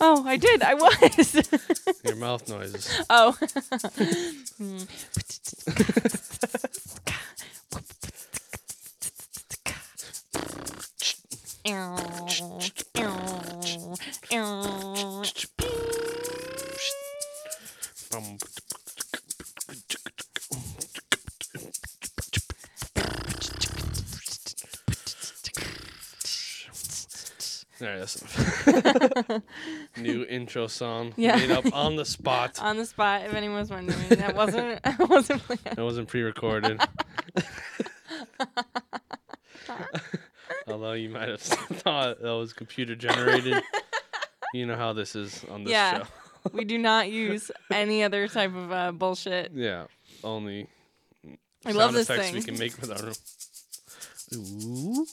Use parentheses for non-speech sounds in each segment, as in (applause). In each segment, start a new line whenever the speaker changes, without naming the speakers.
Oh, I did. I was.
Your mouth noises.
oh. Hmm.
All right, that's enough. New intro song
Yeah.
made up on the spot.
On the spot, if anyone's wondering, that wasn't. (laughs) I wasn't planned.
That wasn't pre-recorded. Although you might have (laughs) thought that was computer generated. You know how this is on this
Yeah.
show.
We do not use any other type of uh, bullshit.
Yeah. Only
I love this
effects
thing.
we can make with our Ooh.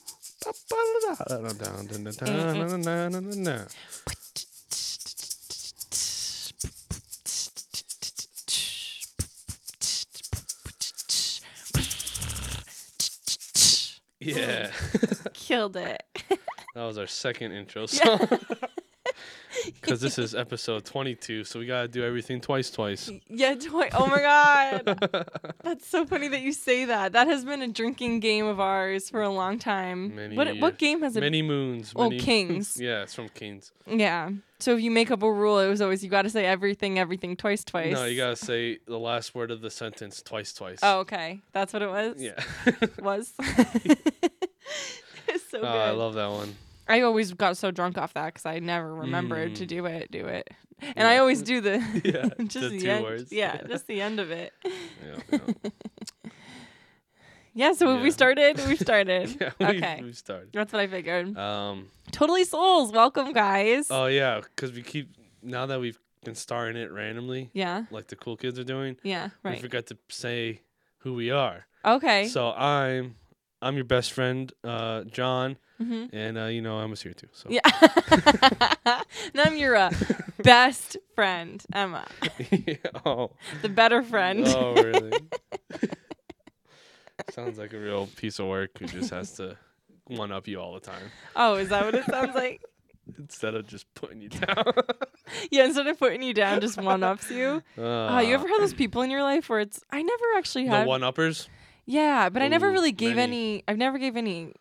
Yeah. (laughs)
(laughs) Killed it.
That was our second intro song.
(laughs)
Because this is episode 22, so we got to do everything twice, twice.
Yeah, toy. Oh my god,
(laughs)
that's so funny that you say that. That has been a drinking game of ours for a long time.
Many
what
years.
what game has it?
Many moons.
Oh,
many
Kings.
(laughs) yeah, it's from Kings.
yeah. So if you make up a rule, it was always you got to say everything, everything twice, twice.
No, you got to say the last word of the sentence twice, twice.
Oh, okay. That's what it was.
(laughs) Yeah.
(laughs) Was. (laughs) It's so
(laughs) oh,
good.
I love that one.
I always got so drunk off that because I never remembered to
Mm.
do it, do it. And I
(laughs)
always do the
Yeah,
(laughs) just
the
the,
two
end.
words. (laughs)
Yeah, just the end of it.
Yeah,
(laughs)
yeah.
Yeah, so have
Yeah.
we started?
(laughs)
We've started.
yeah we,
okay.
we started.
That's what I figured.
Um,
Totally Souls, welcome guys.
oh, yeah, because we keep, now that we've been starring it randomly,
yeah,
like the cool kids are doing,
yeah,
we
right.
forgot to say who we are.
Okay.
So I'm I'm your best friend, uh, John,
hmm
and uh, you know I'm a here too. So
Yeah. (laughs) and I'm your uh, best friend, Emma.
(laughs) Yeah, oh,
The better friend.
oh,
(laughs)
really? Sounds like a real piece of work who just has to one up you all the time
oh, is that what it sounds
(laughs)
like?
instead of just putting you down.
Yeah, instead of putting you down, just one ups you. Uh, you ever had those people in your life where it's I never actually
the
had
one uppers?
Yeah, but I never
Ooh,
really gave
many.
any I've never gave any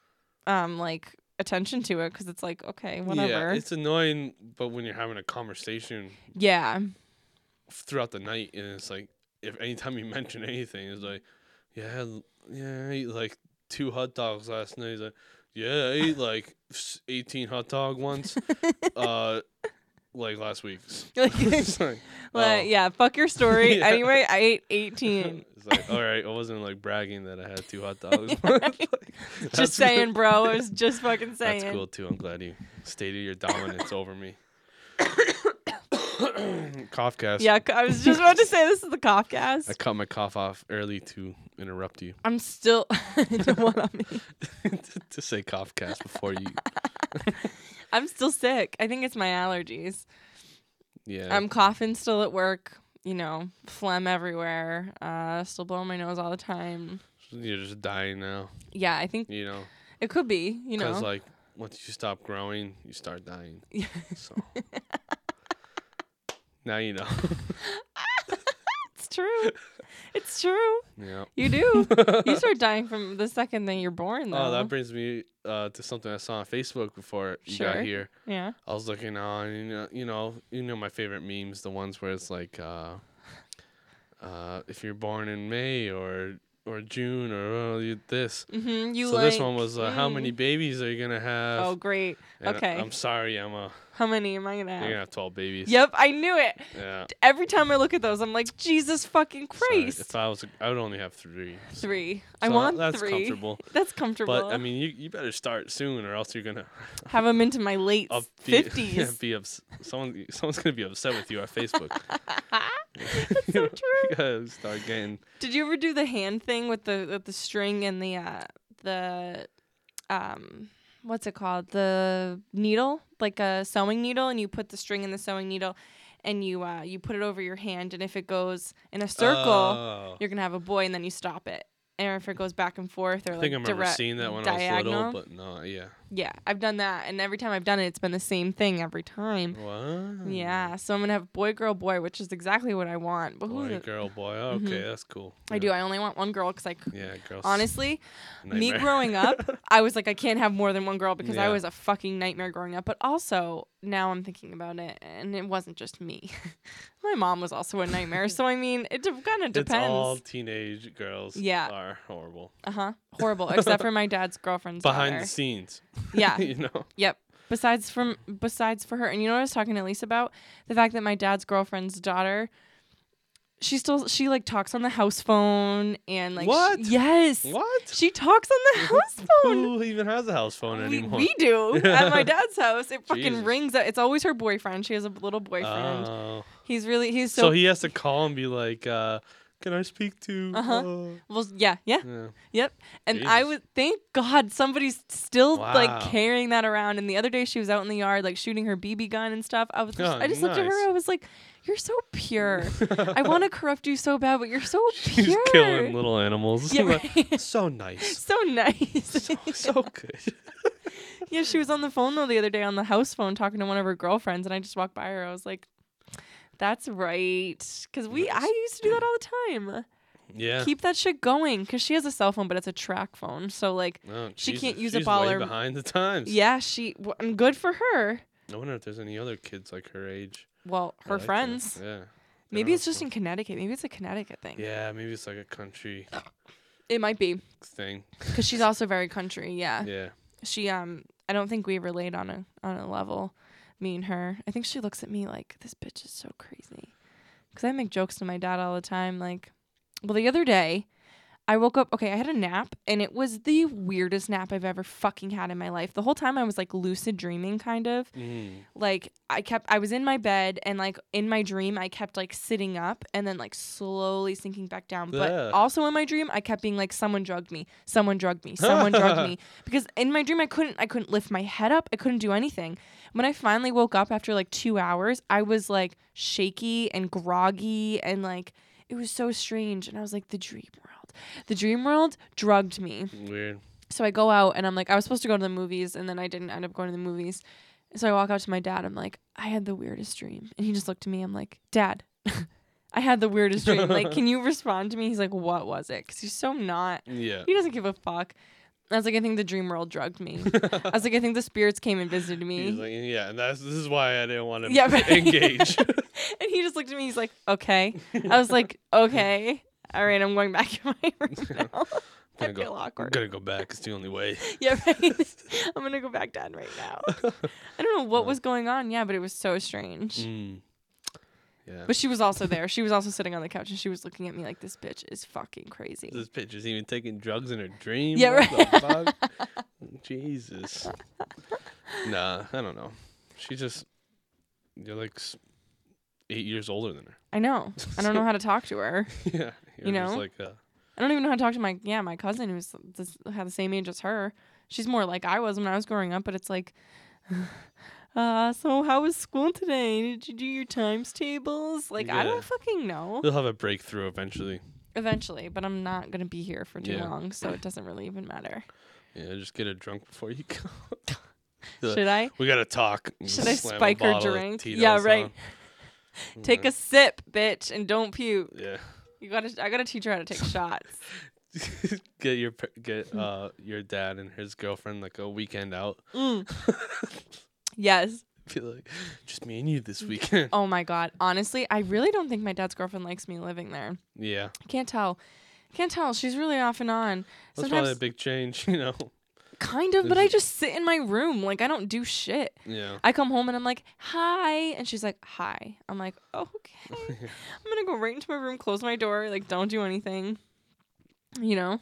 um like attention to it cuz it's like okay,
Yeah,
whatever. Yeah.
it's annoying, but when you're having a conversation throughout the night, and it's like if anytime you mention anything, it's like, yeah, I had- yeah, I ate like two hot dogs last night. He's like, yeah, I
(laughs)
ate like s- eighteen hot dog once, uh, like last week. (laughs) It's like,
Like,
oh.
yeah, fuck your story.
(laughs) Yeah.
Anyway, I ate
(laughs)
18.
It's like, all right, I wasn't like bragging that I had two hot dogs.
(laughs)
(laughs)
just saying, bro. I was just fucking saying.
That's cool too. I'm glad you stated your dominance
(coughs)
over me. Cough cast.
Yeah, c- I was just about to say this is the cough gas.
I (laughs) cut my cough off early to interrupt you. (laughs)
I'm still (laughs) don't want on me.
to say cough cast before you.
I'm still sick. I think it's my allergies.
Yeah.
I'm coughing still at work. You know, phlegm everywhere. Uh, still blowing my nose all the time.
You're just dying now,
Yeah, I think
you know.
it could be. You
Because
know,
like once you stop growing, you start dying.
(laughs) Yeah.
So now you know. (laughs)
it's true. It's true.
yeah.
You do.
(laughs)
you start dying from the second that you're born, though.
Oh, that brings me uh, to something I saw on Facebook before you got
Sure.
here.
yeah.
I was looking on, you know, you know, you know my favorite memes, the ones where it's like, uh, uh, if you're born in May or or June or oh, you- this.
hmm You
so
like? Mm.
this one was uh, how many babies are you gonna have?
Oh, great.
And I-
okay.
I'm sorry, Emma.
How many am I gonna have?
You're gonna have 12 babies.
Yep, I knew it.
Yeah.
Every time I look at those, I'm like, Jesus fucking
Sorry,
Christ.
if I was, I would only have three. so-
three. I
so
want
that's
three.
comfortable.
That's (laughs) comfortable.
But I mean, you, you better start soon, or else you're gonna
have them into my late
(laughs) up be- yeah,
fifties.
be ups- someone someone's gonna be upset with you on Facebook.
(laughs) That's so true.
(laughs) You gotta start getting.
Did you ever do the hand thing with the with the string and the uh the um what's it called? The needle, like a sewing needle and you put the string in the sewing needle and you uh you put it over your hand and if it goes in a circle,
Oh.
you're going to have a boy and then you stop it. And if it goes back and forth or
I
like
think I remember
direct
seeing that when I was
diagonal.
little, but no, yeah.
Yeah, I've done that and every time I've done it it's been the same thing every time.
Wow.
Yeah, so I'm going to have boy girl boy, which is exactly what I want. But who
Boy,
the-
girl, boy. okay, that's cool.
I do. I only want one girl because I c-
Yeah, girls.
honestly, me
nightmare.
growing up, I was like, I can't have more than one girl because I
Yeah.
was a fucking nightmare growing up. But also, now I'm thinking about it, and it wasn't just me. (laughs) My mom was also a nightmare. so, I mean, it kind of
(laughs) It's all
depends.
teenage girls.
Yeah.
Are horrible.
Uh huh. Horrible, except for my dad's girlfriend's
Behind
daughter.
the scenes.
Yeah.
(laughs) you know.
Yep. Besides from besides for her, and you know what I was talking to Elise about the fact that my dad's girlfriend's daughter, she still she like talks on the house phone and like she-
What?
yes
What?
she talks on the house phone.
Who even has a house phone
We,
anymore?
we do at
(laughs)
my dad's house. It fucking
Jesus.
rings. Out. It's always her boyfriend. She has a little boyfriend.
Oh.
he's really he's
So,
so,
he has to call and be like, uh, "Can I speak to?" Oh.
Uh-huh.
uh,"
well. Yeah, yeah,
yeah.
(laughs) yep. And I
Jesus.
would thank God somebody's still like
Wow.
carrying that around. And the other day she was out in the yard like shooting her BB gun and stuff. I was just,
Oh,
I just looked at
nice.
her. I was like, "You're so pure.
(laughs)
I want to corrupt you so bad, but you're so pure."
(laughs) He's killing little animals.
Yeah,
(laughs)
right.
so
(laughs)
nice.
so nice.
(laughs) So, so good. (laughs)
Yeah, she was on the phone though the other day on the house phone talking to one of her girlfriends, and I just walked by her. I was like, "That's right," because we I used to do that all the time.
Yeah.
Keep that shit going, because she has a cell phone, but it's a track phone. So like,
Oh,
she can't
Jesus,
use a
she's
ball
way
or-
behind the times.
yeah, she w- and good for her.
I wonder if there's any other kids like her age.
Well,
that
her
like that.
friends.
Yeah. They
Maybe
don't
it's
have
just in Connecticut. Maybe it's a Connecticut thing.
phones. Yeah, maybe it's like a country
It might be,
thing.
because
(laughs)
she's also very country. Yeah.
Yeah.
she um, I don't think we relate on a on a level. Me and her. I think she looks at me like this bitch is so crazy. Cause I make jokes to my dad all the time. Like, well, the other day, I woke up. Okay, I had a nap, and it was the weirdest nap I've ever fucking had in my life. The whole time I was like lucid dreaming, kind of.
Mm.
like I kept I was in my bed and like in my dream I kept like sitting up and then like slowly sinking back down. But
Ugh.
also in my dream I kept being like someone drugged me, someone drugged me, someone drugged me because in my dream I couldn't I couldn't lift my head up, I couldn't do anything. When I finally woke up after like 2 hours, I was like shaky and groggy and like it was so strange and I was like the dream world. The dream world drugged me.
Weird.
So I go out and I'm like, I was supposed to go to the movies and then I didn't end up going to the movies. So I walk out to my dad. I'm like, I had the weirdest dream. And he just looked at me. I'm like, Dad, (laughs) I had the weirdest dream. Like, can
(laughs)
you respond to me? He's like, What was it? Because he's so not,
Yeah.
he doesn't give a fuck. I was like, I think the dream world drugged me. I was like, I think the spirits came and visited
(laughs)
me.
He's like, yeah, and that's this is why I didn't want to
Yeah, right. (laughs)
(laughs) engage.
and he just looked at me. He's like, Okay. I was like, Okay. All right, I'm going back in my (laughs) room
(laughs)
now. I
Gonna
feel
go-
awkward.
Gotta go back. It's the
(laughs)
only way.
yeah, right. I'm gonna go back down right now. I don't know what was going on, yeah, but it was so strange.
Mm. Yeah.
But she was also there. She was also sitting on the couch and she was looking at me like this bitch is fucking crazy.
This bitch is even taking drugs in her dream.
Yeah,
What the
(laughs)
fuck? Jesus. Nah, I don't know. She just, you're like s- eight years older than her. (laughs)
I know. I don't know how to talk to her.
yeah. You're
You
Just
know?
like, uh,
I don't even know how to talk to my yeah, my cousin who's this, had the same age as her. She's more like I was when I was growing up, but it's like (sighs) uh so how was school today? Did you do your times tables? Like I
Yeah.
don't fucking know.
they'll have a breakthrough eventually.
Eventually, but I'm not going to be here for too
Yeah.
long, so it doesn't really even matter.
Yeah, just get her drunk before you go. Be like,
Should I?
we gotta talk. and
Should I
slam a
spike her
bottle of
drink?
Tito's
Yeah, right. (laughs)
on.
Take a sip, bitch, and don't puke.
Yeah. (laughs)
You gotta, I gotta teach her how to take shots.
get your pa- get uh your dad and his girlfriend like a weekend out. (laughs)
Mm. yes.
Be like, just me and you this weekend. (laughs)
Oh my god. Honestly, I really don't think my dad's girlfriend likes me living there.
Yeah,
Can't tell. Can't tell. She's really off and on.
that's
Sometimes,
probably a
(laughs)
big change. You know.
kind of, but I just sit in my room. Like I don't do shit.
Yeah.
I come home and I'm like, hi. And she's like, hi. I'm like,
(laughs)
okay. I'm going to go right into my room, close my door, like, don't do anything. You know?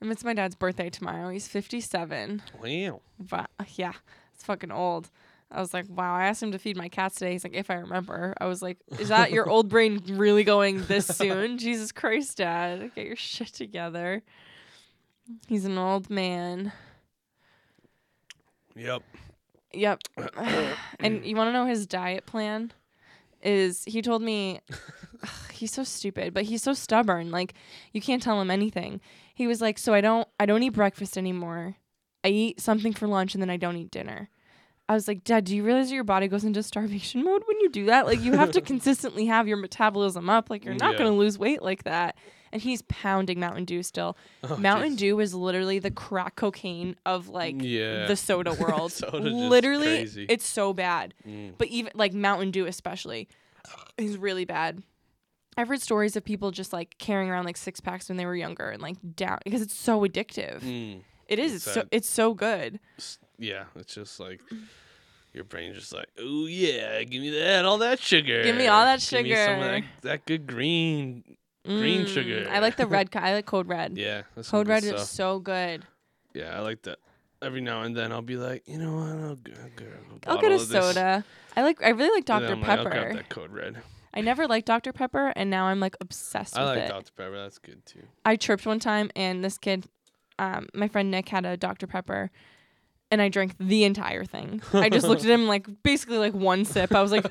And it's my dad's birthday tomorrow. He's 57.
Wow.
But, yeah, it's fucking old. I was like, wow, I asked him to feed my cats today. He's like, if I remember. I was like, is that your old brain really going this soon? Jesus Christ, Dad. Get your shit together. He's an old man.
Yep. (coughs)
Yep. (sighs) and you want to know his diet plan? Is he told
(laughs)
me ugh, he's so stupid, but he's so stubborn. Like you can't tell him anything. He was like, "So I don't I don't eat breakfast anymore. I eat something for lunch and then I don't eat dinner." I was like, "Dad, do you realize that your body goes into starvation mode when you do that? Like you
(laughs)
have to consistently have your metabolism up. Like you're not
Yeah.
going to lose weight like that." And he's pounding Mountain Dew still.
Oh,
Mountain
jeez.
Dew is literally the crack cocaine of like
Yeah.
the soda
(laughs)
world.
Soda's just
literally,
crazy.
it's so bad.
Mm.
But even like Mountain Dew, especially, uh, is really bad. I've heard stories of people just like carrying around like six packs when they were younger and like down because it's so addictive.
Mm.
It is.
It's
It's so
sad.
it's so good.
S- Yeah, it's just like
Mm.
your brain's just like, oh yeah, give me that, all that sugar.
Give me all that
Give me some of that,
sugar."
that good green. Green
Mm,
sugar.
I like
(laughs)
the red. co- I like Code Red.
Yeah, that's some
Code
good
Red
stuff.
is so good.
Yeah, I like that. Every now and then I'll be like, you know what, I'll get, I'll get, a
I'll get
bottle
a
of this."
soda. I like. I really like
And
Dr
I'm like, I'll
Pepper.
grab that code red.
I never liked Dr Pepper, and now I'm like obsessed
I
with
like
it.
Dr Pepper. That's good too.
I chirped one time, and this kid, um, my friend Nick, had a Dr. Pepper, and I drank the entire thing. I just looked at him (laughs) like basically like one sip. I was like,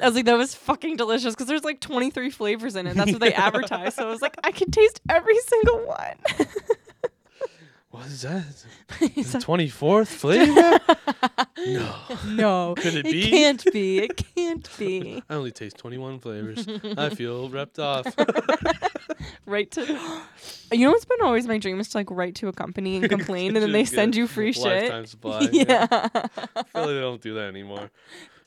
I was like, that was fucking delicious because there's like 23 flavors in it. That's (laughs) what they advertise. So I was like, I can taste every single one.
What is that?
(laughs) He's (laughs) like,
Twenty
(laughs)
fourth flavor? no,
no,
Could it be?"
can't be.
(laughs)
It can't be.
I only taste twenty one
(laughs)
flavors. I feel ripped off.
Right to, (gasps) you know, what's been always my dream is to like write to a company
(laughs)
and (laughs) complain, and then they
Just get
send you free shit. (laughs)
Lifetime supply.
yeah.
I feel like they don't do that anymore.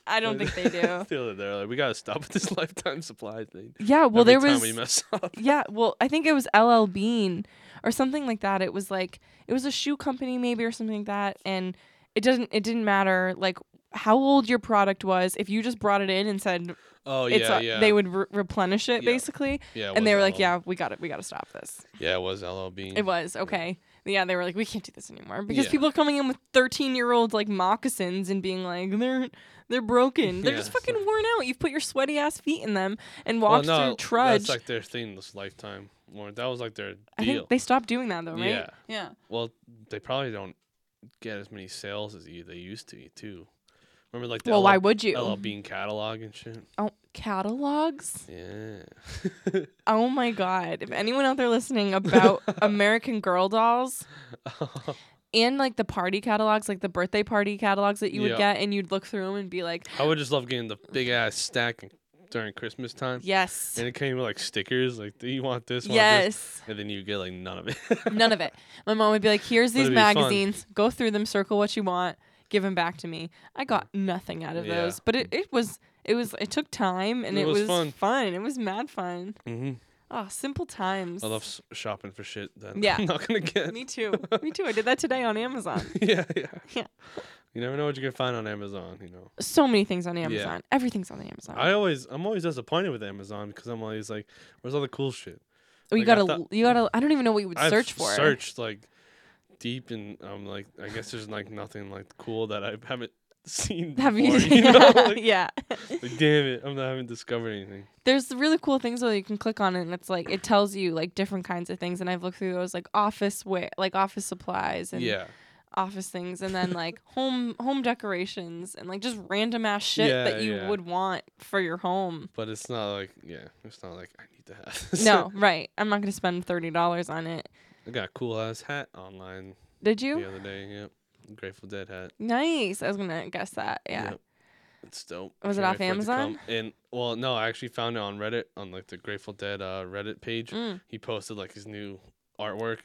I don't
(laughs)
think they do.
Still, they're like, we gotta stop with this (laughs) lifetime supply thing.
Yeah, well,
Every
there
time
was.
we mess (laughs) up.
yeah, well, I think it was LL Bean or something like that. It was like it was a shoe company maybe or something like that, and it doesn't it didn't matter like how old your product was if you just brought it in and said
Oh
it's
yeah,
a-
yeah.
they would re- replenish it
Yeah.
basically,
yeah, it
and they
was
were like,
LL.
yeah, we got it, we got to stop this.
yeah, it was LL Bean.
It was okay. Yeah, they were like, we can't do this anymore because
Mm. Yeah.
people are coming in with thirteen-year-old like moccasins and being like, they're they're broken, they're just
Yeah, so-
fucking worn out. You've put your sweaty ass feet in them and
Well,
walked through trudge.
That's like their thing. This lifetime warrant. That was like their
I
deal.
think they stopped doing that though, right?
Yeah.
Yeah.
Well, they probably don't get as many sales as you, they used to too. Remember, like the
Well,
LL,
why would you?
LL Bean catalog and shit.
Oh, catalogs. (laughs)
Yeah. (laughs)
Oh my god! If anyone out there listening
(laughs)
about American Girl dolls and like the party catalogs, like the birthday party catalogs that you would
Yeah.
get, and you'd look through them and be like,
I would just love getting the big ass stack during Christmas time.
"Yes,
And it came with like stickers, like do you want this? Want
yes."
This? And then you get like none of it. (laughs)
None of it. My mom would be like, "Here's these
it'd be fun.
magazines. Go through them, circle what you want, give them back to me." I got nothing out of
Yeah.
those, but it, it was it was it took time and
It
it,
was
was,
fun.
fun. It was mad fun.
hmm
Oh, simple times.
I love s- shopping for shit that
Yeah.
I'm (laughs) not gonna get.
Me too. Me too. I did that today on Amazon.
yeah, yeah,
Yeah.
You never know what you can find on Amazon. You know.
so many things on Amazon. Everything's on Amazon.
I always, I'm always disappointed with Amazon because I'm always like, where's all the cool shit?
oh, you
like, I
gotta,
thought-
you gotta. I don't even know what you would
I've
search for.
Searched like deep, and I'm like, I guess there's like nothing like cool that I haven't (laughs)
(laughs)
seen.
Have you? (laughs)
before, you know?
Yeah,
Like,
yeah.
(laughs) like, damn it, I'm not haven't discovered anything.
There's really cool things though you can click on, it and it's like it tells you like different kinds of things. And I've looked through those like office wear, like office supplies and
yeah,
office things, and then
(laughs)
like home home decorations and like just random ass shit
Yeah,
that you
yeah.
would want for your
(laughs)
home.
but it's not like, yeah, it's not like I need to have. (laughs) This.
no, right? I'm not gonna spend thirty dollars on it.
I got a cool ass hat online
Did you?
the other day. Yep, Grateful Dead hat.
Nice. I was gonna guess that. Yeah.
Yep. It's dope.
Was it
Can't
off
wait for to
Amazon?
come. and well, no, I actually found it on Reddit on like the Grateful Dead uh, Reddit page.
Mm.
He posted like his new artwork.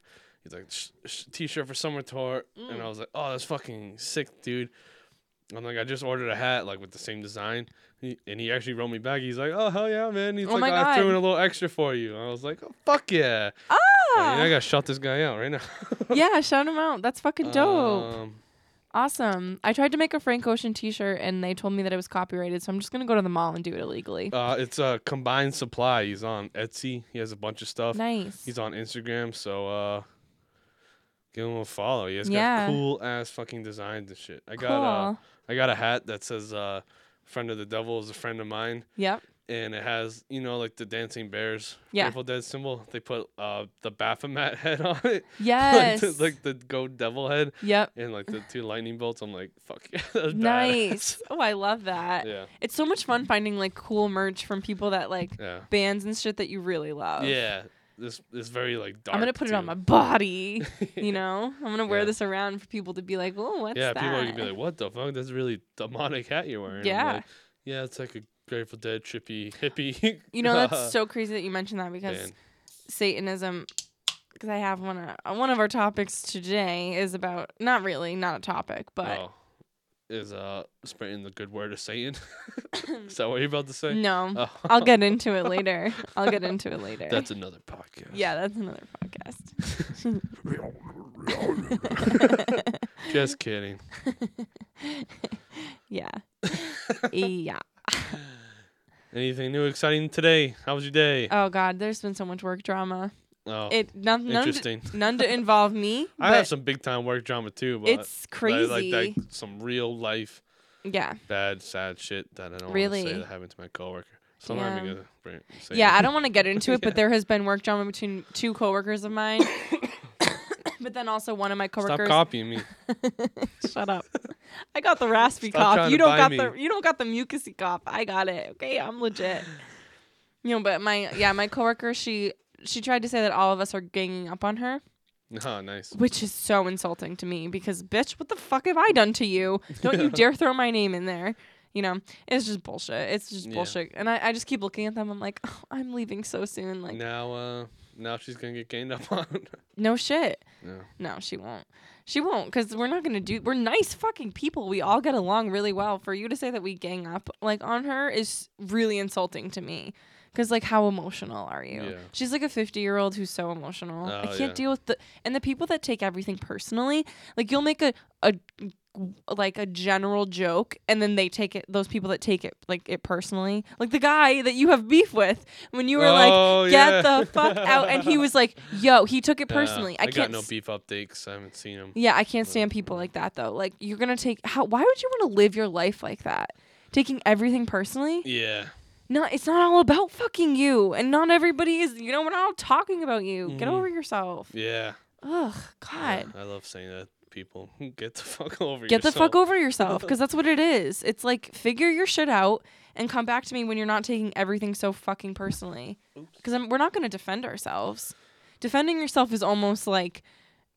He's like sh- sh- t-shirt for summer tour,
Mm.
and I was like, oh, that's fucking sick, dude. I'm like, I just ordered a hat like with the same design, he, and he actually wrote me back. He's like, oh hell yeah, man. He's
Oh
like,
my
I threw
God.
in a little extra for you. I was like, oh fuck yeah. I,
Ah.
mean, I gotta shout this guy out right now.
yeah, shout him out. That's fucking (laughs) dope.
Um,
awesome. I tried to make a Frank Ocean t-shirt and they told me that it was copyrighted, so I'm just gonna go to the mall and do it illegally.
uh, it's uh, combined supply. He's on Etsy. He has a bunch of stuff.
nice.
He's on Instagram, so uh give him a follow. He has
Yeah.
got cool ass fucking designs and shit. I
cool.
got uh I got a hat that says uh, "Friend of the Devil is a friend of mine," (laughs)
Yep.
and it has you know like the dancing bears,
Yeah.
Grateful Dead symbol. They put uh, the Baphomet (laughs) head on it,
Yes.
like, the, like the Go Devil head,
yep.
and like the two lightning bolts. I'm like, fuck yeah, (laughs) that's
Nice. Oh, I love that.
badass. (laughs) Yeah,
It's so much fun finding like cool merch from people that like
yeah,
bands and shit that you really love.
yeah. This is very like dark.
I'm gonna put it on my
too. (laughs)
body. (laughs) You know, I'm gonna wear
Yeah.
this around for people to be like, "Oh, what's
yeah,
that?"
people are gonna be like, "What the fuck? That's a really demonic hat you're wearing." I'm
Yeah.
like, yeah, it's like a Grateful Dead trippy hippie.
you know,
(laughs)
that's so crazy that you mentioned that because
Man.
Satanism. Because I have one of uh, one of our topics today is about not really not a topic, but
Oh. is uh spreading the good word of Satan. (laughs) is
(laughs)
that what you're about to say?
no,
Oh.
I'll
(laughs)
get into it later. I'll get into it later.
That's another podcast.
(laughs) yeah, that's another podcast.
(laughs) Just kidding. (laughs)
yeah, yeah.
Anything new exciting today? How was your day?
Oh God, there's been so much work drama.
oh,
It none none to,
interesting.
none to involve me.
(laughs) I have
but
some big time work drama too, but
It's
but I
crazy.
like that, some real life
yeah.
bad sad shit that I don't want
Really?
to say that happened to my coworker. So I'm not
Yeah.
even gonna bring, say
Yeah, I
it.
don't want to get into it,
Yeah. (laughs)
but there has been work drama between two coworkers of
(coughs)
mine. (coughs) but then also one of my
Stop
coworkers.
copying (laughs) me.
Shut up! I got the raspy
Stop
cough.
trying
You
to
don't
buy
got
me.
the you don't got the mucousy cough. I got it. Okay, I'm legit. You know, but my yeah, my coworker she she tried to say that all of us are ganging up on her,
Oh, nice.
which is so insulting to me because bitch, what the fuck have I done to you? Don't
(laughs)
you dare throw my name in there. You know, it's just bullshit. It's just
Yeah.
bullshit. And I, I just keep looking at them. I'm like, oh, I'm leaving so soon. Like,
Now, uh, now she's gonna get gained up (laughs) on.
no shit.
yeah.
No, she won't. She won't because we're not gonna do. We're nice fucking people. We all get along really well. For you to say that we gang up like on her is really insulting to me. Cause like, how emotional are you?
Yeah.
She's like a fifty year old who's so emotional. I
Oh,
can't
yeah.
deal with the and the people that take everything personally. Like you'll make a a like a general joke and then they take it those people that take it like it personally like the guy that you have beef with when you were
Oh,
like get
yeah.
the fuck out and he was like yo he took
(laughs)
it
Uh,
personally i,
I,
can't
got no
s-
beef updates. I haven't seen them.
yeah, I can't stand people like that though. Like you're gonna take how why would you wanna live your life like that? Taking everything personally?
Yeah.
No, it's not all about fucking you and not everybody is you know, we're not all talking about you. Get
Mhm.
over yourself.
Yeah.
Ugh,
Yeah,
God.
I love saying that. to People, (laughs) get the fuck over
Get the
yourself.
fuck over yourself because that's what it is. It's like figure your shit out and come back to me when you're not taking everything so fucking personally.
Oops.
Because we're not going to defend ourselves. Defending yourself is almost like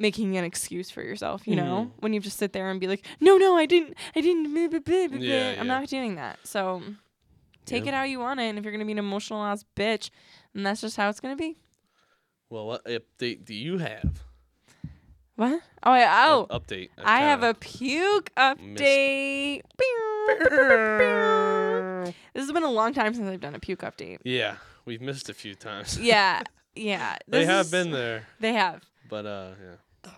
making an excuse for yourself, you know?
Mm-hmm.
When you just sit there and be like, no, no, I didn't, I didn't, blah, blah, blah, blah, blah."
Yeah,
I'm
yeah.
not doing that. So take
Yeah.
it how you want it. And if you're going to be an emotional ass bitch, and that's just how it's going to be.
Well, what update do you have?
What? Oh, I, oh,
Up- update.
I have a puke update.
a.
This has been a long time since I've done a puke update.
Yeah, we've missed a few times.
Yeah, yeah.
(laughs) they
this
have
is-
been there,
They have.
but uh, yeah.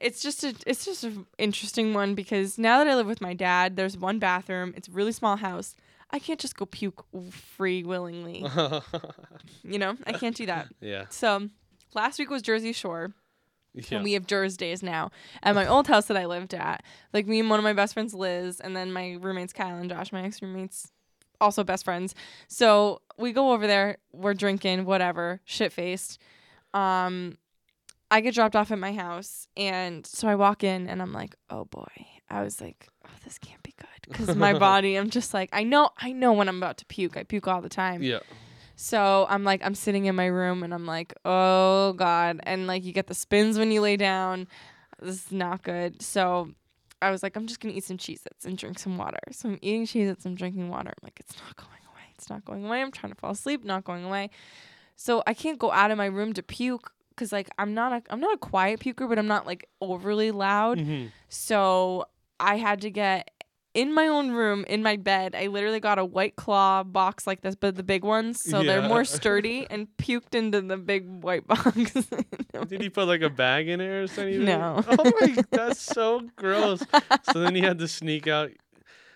It's just a. It's just an interesting one because now that I live with my dad, there's one bathroom. It's a really small house. I can't just go puke free
(laughs)
willingly. You know, I can't do that.
yeah.
So, last week was Jersey Shore.
Yeah.
and we have Jers days now at my old house that I lived at. Like me and one of my best friends, Liz, and then my roommates Kyle and Josh, my ex roommates, also best friends. So we go over there, we're drinking, whatever, shit faced. Um, I get dropped off at my house, and so I walk in, and I'm like, oh boy, I was like, oh, this can't be good, because my body, I'm just like, I know, I know when I'm about to puke, I puke all the time.
yeah.
So I'm like, I'm sitting in my room and I'm like, oh God. And like, you get the spins when you lay down. This is not good. So I was like, I'm just going to eat some Cheez Its and drink some water. So I'm eating Cheez Its, I'm drinking water. I'm like, it's not going away. It's not going away. I'm trying to fall asleep, not going away. So I can't go out of my room to puke. Cause like I'm not a I'm not a quiet puker, but I'm not like overly loud.
hmm
So I had to get in my own room in my bed. I literally got a white claw box like this, but the big ones, so they're
Yeah. (laughs)
more sturdy, and puked into the big white (laughs) box.
Did he put like a bag in it or something?
No.
Oh my, that's so gross. So then he had to sneak out.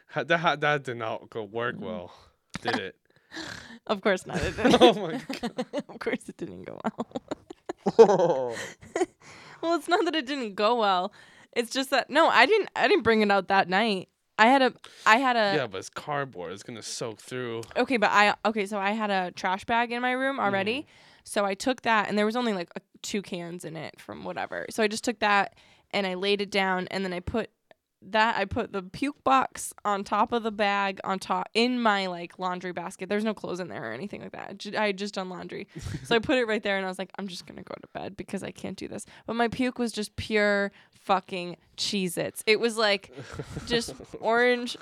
Ha- That ha- that did not go work well, did it?
of course not. (laughs)
(laughs)
It
Oh my
(laughs) of course it didn't go well.
(laughs) Oh.
Uh, Well, it's not that it didn't go well. It's just that no, I didn't. I didn't bring it out that night. I had a I had a
yeah, but it's cardboard. It's gonna soak through.
okay, but I okay, so I had a trash bag in my room already. So I took that and there was only like a, two cans in it from whatever. So I just took that and I laid it down and then I put that I put the puke box on top of the bag on top in my like laundry basket. There's no clothes in there or anything like that. I ju- I had just done laundry. so I put it right there and I was like I'm just going to go to bed because I can't do this. But my puke was just pure fucking Cheez-Its. It was like just orange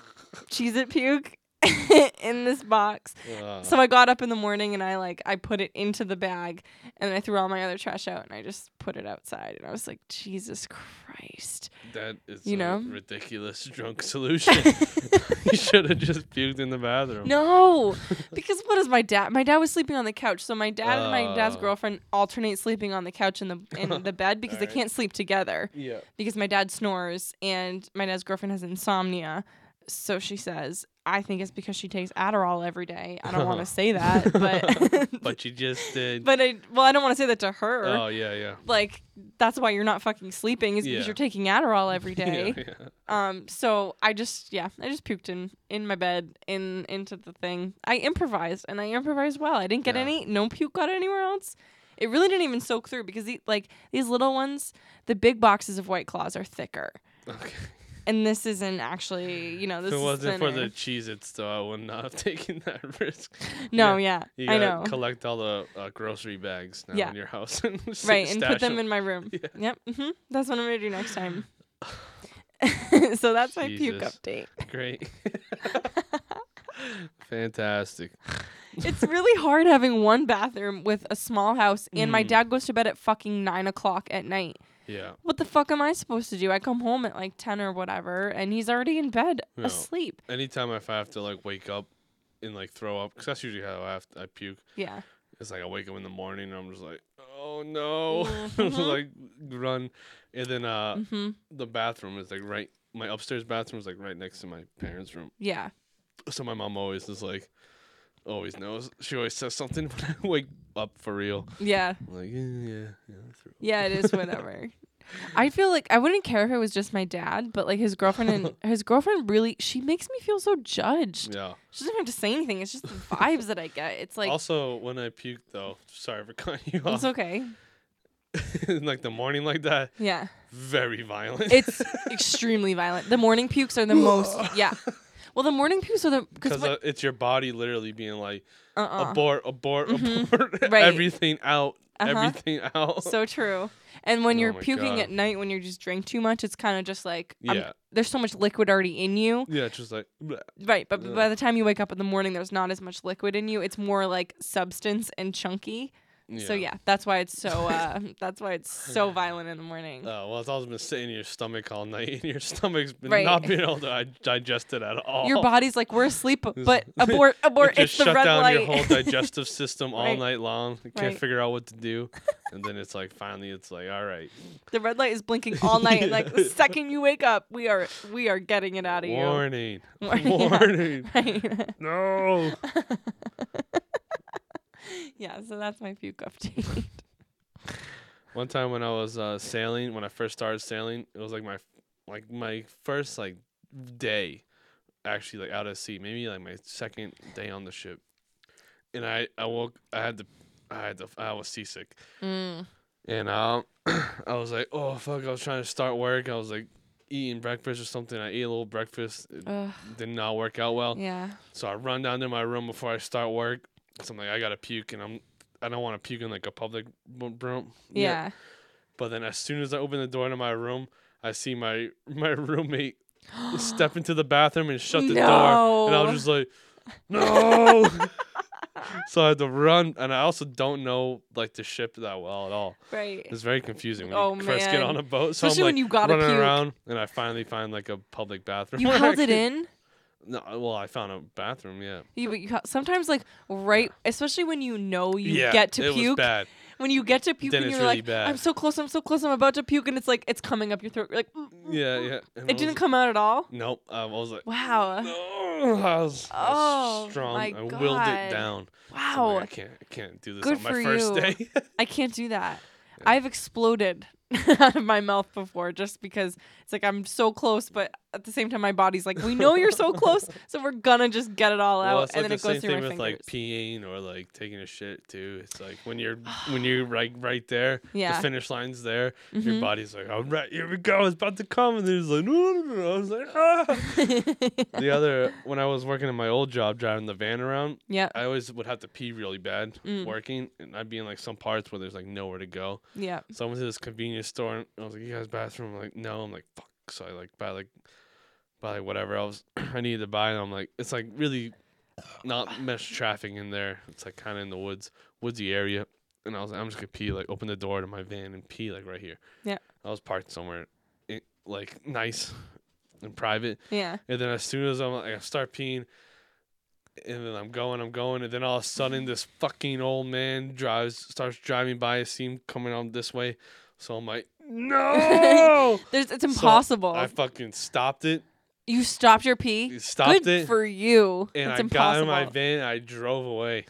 Cheez It puke (laughs) in this box.
Ugh.
So I got up in the morning and I like I put it into the bag and I threw all my other trash out and I just put it outside and I was like, Jesus Christ.
That is
You
a
know? (laughs)
ridiculous drunk solution. (laughs) you should have just puked in the bathroom. (laughs)
No. because what is my dad my dad was sleeping on the couch. So my dad and my dad's
Oh.
girlfriend alternate sleeping on the couch in the in
(laughs)
the bed because they
Alright.
can't sleep together.
Yeah.
because my dad snores and my dad's girlfriend has insomnia. So she says, I think it's because she takes Adderall every day. I don't want
(laughs)
to say that, but
But you just
(laughs)
did.
but I well, I don't want to say that to her.
oh yeah, yeah.
Like that's why you're not fucking sleeping is
Yeah.
because you're taking Adderall every
(laughs) Yeah,
day.
yeah.
Um so I just yeah, I just puked in in my bed in into the thing. I improvised and I improvised well. I didn't get
Yeah.
any no puke got anywhere else. It really didn't even soak through because the, like these little ones, the big boxes of White Claws are thicker
Okay.
and this isn't actually you know this
If it
is
wasn't for the
thinner.
cheese, it's though I would not (laughs) have taken that risk.
no yeah,
You
i
gotta
know
Collect all the uh, grocery bags now
Yeah.
in your house (laughs) and s-
right and put
stash
them in my room
(laughs) Yeah.
yep hmm that's what i'm gonna do next
(laughs)
time (laughs) so that's my puke
Jesus.
update (laughs)
Great. (laughs) Fantastic.
it's really hard having one bathroom with a small house and my
Mm.
dad goes to bed at fucking nine o'clock at night
Yeah.
what the fuck am i supposed to do i come home at like 10 or whatever and he's already in bed
No.
asleep
Anytime if I have to like wake up and like throw up, because that's usually how I have to, I puke.
yeah
It's like I wake up in the morning and I'm just like, oh no, (laughs)
Mhm.
like run, and then uh
hmm
the bathroom is like right. My upstairs bathroom is like right next to my parents' room.
yeah
so my mom always is like always knows she always says something (laughs) when i wake up for real
yeah
I'm like "Eh, yeah yeah I threw up."
Yeah, it is
(laughs)
whatever. I feel like I wouldn't care if it was just my dad, but like his girlfriend
(laughs)
and his girlfriend really she makes me feel so judged.
yeah
She doesn't have to say anything. It's just the vibes that I get. It's like
also when i puke though sorry for (laughs) cutting you
it's
off
okay.
in (laughs) like the morning like that
Yeah.
very violent
It's extremely violent. The morning pukes are the most yeah. Well, the morning pukes are the
because
because uh
it's your body literally being like
uh
abort abort
Mhm.
abort (laughs)
Right.
everything out
Uh-huh.
everything out (laughs)
so true. And when
Oh
you're
my
puking
God.
at night when you just drink too much, it's kind of just like I'm-
Yeah.
there's so much liquid already in you.
yeah it's just like bleh.
Right, but
Ugh.
by the time you wake up in the morning, there's not as much liquid in you. It's more like substance and chunky. So yeah, that's why it's so uh, (laughs) that's why it's
(laughs)
so violent in the morning.
Oh, well, it's also been sitting in your stomach all night, (laughs) and your stomach's been
Right.
not being able to di- digest it at all.
Your body's like we're
(laughs)
asleep, but
It
abort, abort.
Oh. it just
it's the
shut
red
down
light.
your
(laughs)
whole digestive system all
Right.
night long. You can't
Right.
figure out what to do, and then it's like finally it's like all right,
the red light is blinking all night. and Like
(laughs)
the
Yeah.
second you wake up, we are we are getting it out of (laughs) you.
warning,
Warning,
(laughs) warning,
yeah. Right.
no.
(laughs) yeah. So that's my puke
(laughs)
update. (laughs)
One time when I was uh, sailing, when I first started sailing, it was like my like my first like day, actually like out at sea, maybe like my second day on the ship, and I I woke I had to I had to I was seasick.
mm.
And um, I (clears throat) was like, oh fuck! I was trying to start work. I was like eating breakfast or something. I ate a little breakfast. It
Ugh.
did not work out well.
Yeah.
So I run down to my room before I start work. So I'm like, I gotta puke, and I'm I don't want to puke in like a public b- room.
Yeah.
But then as soon as I open the door to my room, I see my (laughs)
(gasps)
my roommate step into the bathroom and shut the door, and
No.
I was just like,
(laughs)
no. (laughs) so I had to run, and I also don't know like the ship that well at all.
Right.
It's very confusing when
Oh,
you first get
man.
on a boat. So
Especially
I'm like
when you gotta
running
puke.
around, and I finally find like a public bathroom.
You
(laughs) where I
held it
can-
in.
No, well, I found a bathroom. Yeah,
You, but you ha- sometimes like right, especially when you know you
yeah,
get to
it was
puke.
bad.
When you get to puke
Then
and
it's
you're
really
like,
bad.
I'm so close, I'm so close, I'm about to puke, and it's like it's coming up your throat. You're like, "Mm, mm,
Yeah,
mm."
yeah. and I
It didn't
was-
come out at all.
Nope. I was like,
Wow,
no. I was, I was
Oh,
strong.
my
I willed
God.
it down. I'm
wow,
like, I can't, I can't do this
Good
(laughs) on my
for
first
you.
day.
I can't do that. I've exploded. (laughs) out of my mouth before just because it's like I'm so close, but at the same time my body's like, we know you're
(laughs)
so close, so we're gonna just get it all
Well,
out,
it's
and
like
then
the
it goes
same
through my
thing
fingers.
with like peeing or like taking a shit too. It's like when
(sighs)
you're when you're like right there,
Yeah.
the finish line's there.
Mhm.
Your body's like, all right, here we go, it's about to come, and then it's like, no, no, no, no. I was like, ah. the other when I was working in my old job, driving the van around,
(laughs) yep.
I always would have to pee really bad
Mm.
working, and I'd be in like some parts where there's like nowhere to go.
Yep.
So I went to this convenience store, and I was like, "You guys bathroom?" I'm like, "No." I'm like, "Fuck!" So I like buy like buy like whatever else (clears throat) I needed to buy, and I'm like, it's like really not much traffic in there. It's like kind of in the woods, woodsy area, and I was like, "I'm just gonna pee." Like, open the door to my van and pee like right here.
Yeah.
I was parked somewhere, in, like nice and private,
Yeah.
and then as soon as I'm like, I start peeing, and then I'm going, I'm going, and then all of a sudden this fucking old man drives, starts driving by. I see him coming on this way, so I'm like,
(laughs)
no!
There's it's
So
impossible.
I fucking stopped it,
you stopped your pee.
stopped
Good
it,
for you.
and
it's
I got in
impossible.
my van. And I
(gasps)
drove away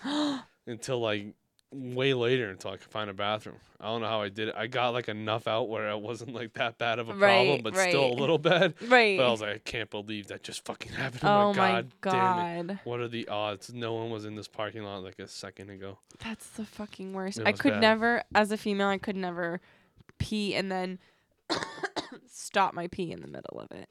until like way later until I could find a bathroom. I don't know how I did it. I got like enough out where it wasn't like that bad of a problem,
Right,
but still a
right.
little bad.
right. (laughs)
But I was like, I can't believe that just fucking happened.
oh
my god, damn it.
God.
What are the odds? No one was in this parking lot like a second ago.
That's the fucking worst.
It
I
was
could
bad.
never, as a female, I could never pee and then (coughs) stop my pee in the middle of
(laughs)
it.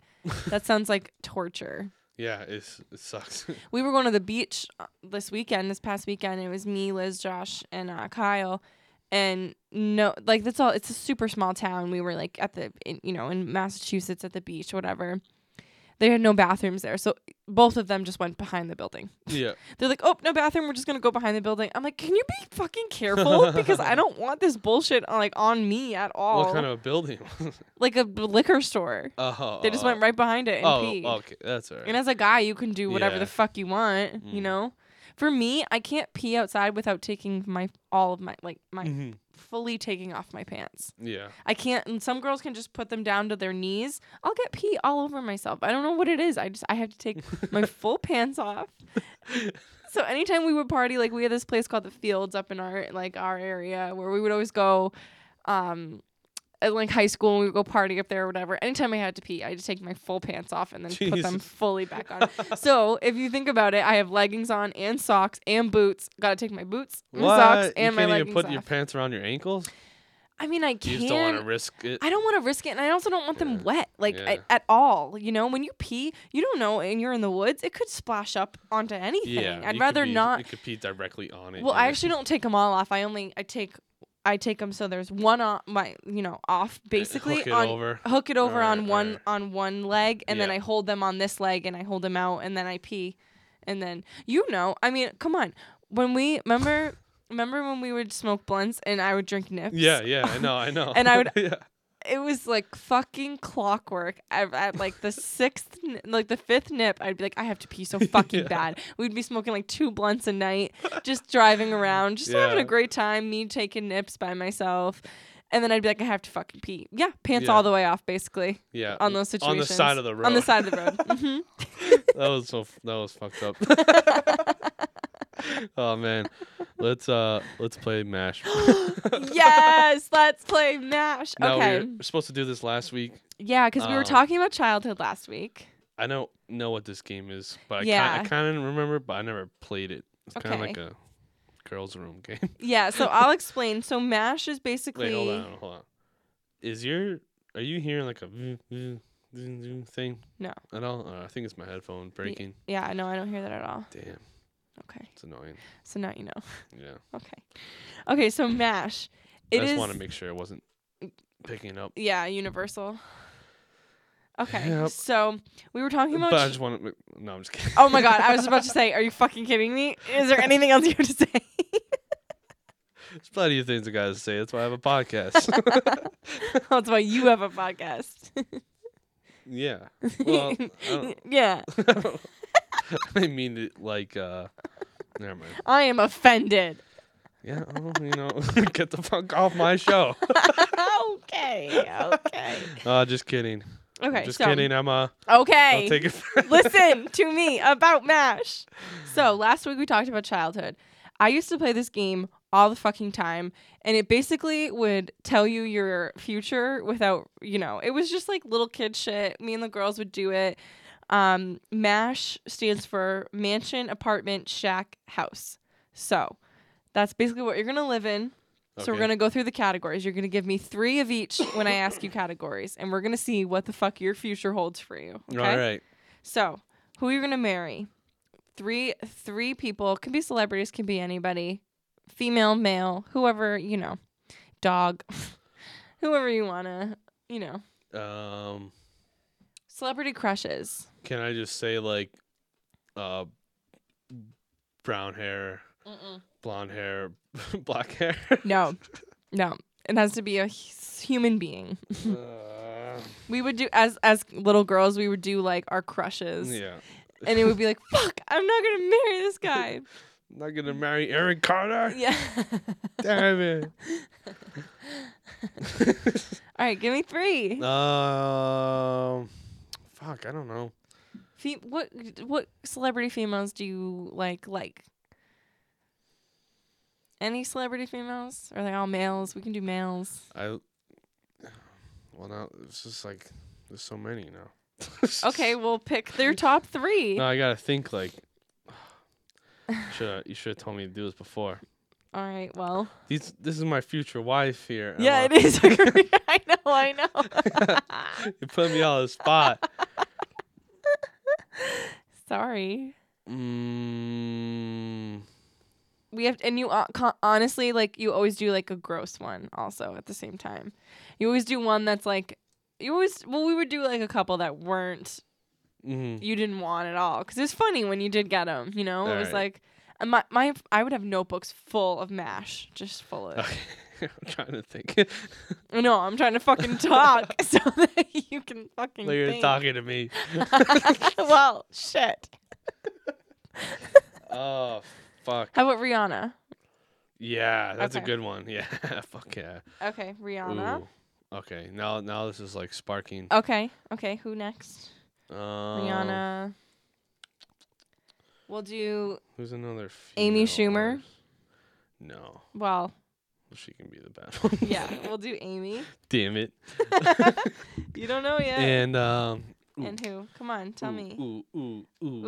That sounds like torture.
Yeah, it's, it (laughs) sucks.
We were going to the beach uh, this weekend, this past weekend. It was me, Liz, Josh, and uh, Kyle. And no, like that's all. It's a super small town. We were like at the, in, you know, in Massachusetts at the beach, whatever. They had no bathrooms there, so both of them just went behind the building.
yeah,
They're like, oh, no bathroom. We're just gonna go behind the building. I'm like, can you be fucking
(laughs)
careful? Because I don't want this bullshit on, like on me at all.
what kind of building? (laughs)
like a b- liquor store.
oh,
They just went right behind it and
Oh,
peed.
okay, that's all
And
right.
as a guy, you can do whatever
Yeah.
the fuck you want. You
Mm.
know. For me, I can't pee outside without taking my all of my like my
Mhm.
fully taking off my pants.
Yeah,
I can't. And some girls can just put them down to their knees. I'll get pee all over myself. I don't know what it is. I just I have to take
(laughs)
my full pants off. So anytime we would party, like we had this place called the Fields up in our like our area where we would always go, um, at, like high school and we would go party up there or whatever. Anytime I had to pee, I had to take my full pants off and then put them
Jesus.
fully back
(laughs)
on. so if you think about it, I have leggings on and socks and boots. Got to take my boots, my
What?
socks,
you
and
can't
my
even
leggings
put
off.
your pants around your ankles.
I mean, I
You just don't want to
can.
risk it.
I don't want to risk it, and I also don't want them
Yeah.
wet, like
Yeah.
at, at all. You know, when you pee, you don't know, and you're in the woods, it could splash up onto anything.
yeah, you
I'd
could
rather
be-
not.
You could pee directly on it.
Well,
and
I
it-
actually don't take them all off. I only I take I take them so there's one on my you know off basically
hook it
on
over.
hook it over on
Alright,
one
alright.
on one leg and then
Yeah.
I hold them on this leg and I hold them out and then I pee and then you know I mean come on when we remember remember when we would smoke blunts and I would drink nips
Yeah, yeah, I know, I know.
And I would-
yeah.
it was like fucking clockwork. At, at like
(laughs)
the sixth, n- like the fifth nip, I'd be like, I have to pee so fucking
Yeah.
bad. We'd be smoking like two blunts a night, just driving around, just having a
Yeah.
great time. Me taking nips by myself, and then I'd be like, I have to fucking pee. Yeah, pants
Yeah.
all the way off, basically,
(laughs) yeah,
on those situations.
on the side of the road.
On the side of the
(laughs)
road. Mhm.
that was so f- that was
(laughs)
fucked up. oh man, let's uh let's
(gasps)
play Mash.
yes, let's play Mash.
No, we
okay.
were- we were supposed to do this last week.
Yeah, because we were
Um,
talking about childhood last week.
I don't know what this game is, but I
Yeah.
kind I kind of remember, but I never played it. It's kind of like
Okay.
a girls' room (laughs) game.
Yeah, so
(laughs)
I'll explain. So Mash is basically.
Wait, hold on, hold on. Is your are you hearing like a vroom, vroom, vroom, vroom thing?
No.
At all? Uh, I think it's my headphone breaking.
Yeah, no, I don't hear that at all.
Damn,
Okay.
it's annoying.
So now you know. (laughs)
Yeah.
Okay. Okay, so MASH.
I
it is
just want to make sure it wasn't picking up.
Yeah, universal. Okay.
Yep.
So we were talking about
But I just want to. No, I'm just kidding.
(laughs) Oh my god, I was about to say, are you fucking kidding me? Is there anything else you have to (laughs) say?
There's plenty of things I gotta say. That's why I have a
(laughs)
podcast.
That's why you have a podcast.
yeah. Well,
(laughs)
I, don't,
yeah.
(laughs) I didn't mean it like. uh Never mind.
I am offended. (laughs)
(laughs) Yeah, oh, you know, (laughs) get the fuck off
(laughs)
my show.
okay. Okay.
Uh, just kidding.
Okay.
just
so
kidding, Emma.
Okay.
I'll take it. (laughs) back.
listen to me about MASH. So last week we talked about childhood. I used to play this game all the fucking time and it basically would tell you your future without you know it was just like little kid shit me and the girls would do it um mash stands for mansion apartment shack house so that's basically what you're gonna live in so we're
Okay.
gonna go through the categories you're gonna give me three of each when i ask you categories and we're gonna see what the fuck your future holds for you okay
All right.
so, who you're gonna marry? Three three people can be celebrities, can be anybody, female, male, whoever you know, dog, (laughs) whoever you wanna, you know,
Um,
celebrity crushes.
can I just say like, uh, brown hair, blonde hair, (laughs) black hair?
No, no, it has to be a hu- human being.
Uh,
We would do as as little girls, we would do like our crushes,
(laughs) yeah.
and it would be like, fuck, I'm not gonna marry this guy.
not gonna marry Aaron Carter.
yeah. (laughs)
Damn it.
All right, give me three.
(laughs) um, fuck. I don't know.
Fe- what what celebrity females do you like like? Any celebrity females? Are they all males? We can do males.
I. Well, now it's just like there's so many now. (laughs)
Okay, we'll pick their top three.
No, I gotta think like. (sighs) Should you should have told me to do this before.
All right, well,
These this is my future wife here.
yeah, it
Emma.
is. (laughs) I know, I know. (laughs)
You put me on the spot.
Sorry,
Mm,
we have, and you uh, co- honestly like you always do like a gross one also at the same time. You always do one that's like you always. Well, we would do like a couple that weren't (laughs)
mm,
you didn't want at all because it was funny when you did get them. You know, it was
Alright.
like and my my I would have notebooks full of mash, just full of.
(laughs) okay. (laughs) I'm trying to think. (laughs)
No, I'm trying to fucking talk (laughs) so that you can fucking.
Like you're
think.
talking to me.
(laughs) well, shit.
Oh fuck.
How about Rihanna?
Yeah, that's
Okay.
a good one. (laughs) Yeah. fuck yeah.
Okay, Rihanna.
Ooh. Okay. Now now this is like sparking.
Okay, okay. Who next?
Um,
Rihanna. We'll do
Who's another?
Amy
female
Schumer?
artist? No,
well.
she can be the bad (laughs) one.
Yeah, we'll do Amy.
Damn
(laughs)
it.
You don't know yet.
And um. ooh,
and who? Come on, tell
ooh,
me.
Ooh ooh ooh
ooh,
ooh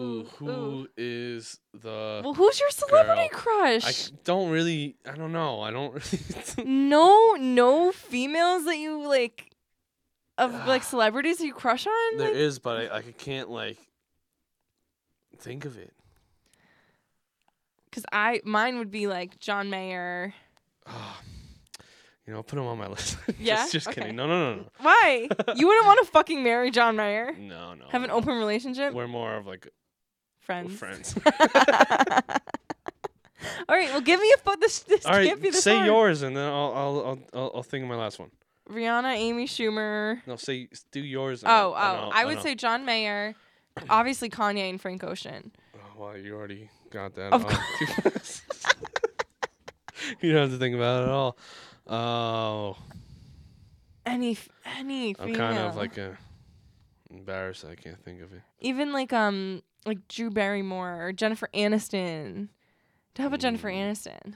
ooh.
ooh,
Who is the?
Well, who's your celebrity crush?
I c- don't really. I don't know. I don't (laughs) really.
no no females that you like
(sighs)
of like celebrities you crush on
there
like,
is, but I, I can't like think of it.
cuz i mine would be like John Mayer
Ah, you know, put him on my (laughs) list.
Yeah?
just, just
Okay.
kidding. No, no, no, no. (laughs)
why you wouldn't want to fucking marry John (laughs) Mayer
No, no.
have an
no.
open relationship
We're more of like
friends
friends.
(laughs)
(laughs)
all right well give me a foot this this
All
can't be
right,
this
say
hard.
yours, and then I'll I'll, I'll I'll I'll think of my last one.
Rihanna Amy Schumer
No, say do yours. and I'll-
oh oh
and I'll-
i
and
would
I'll-
say John Mayer obviously Kanye and Frank Ocean
Oh, wow, you already got that.
Of
on. (laughs) you don't have to think about it at all. Oh,
any f- any
I'm kind
female.
of like a embarrassed. I can't think of it.
even like um like Drew Barrymore or Jennifer Aniston. How about Jennifer
Mm.
Aniston?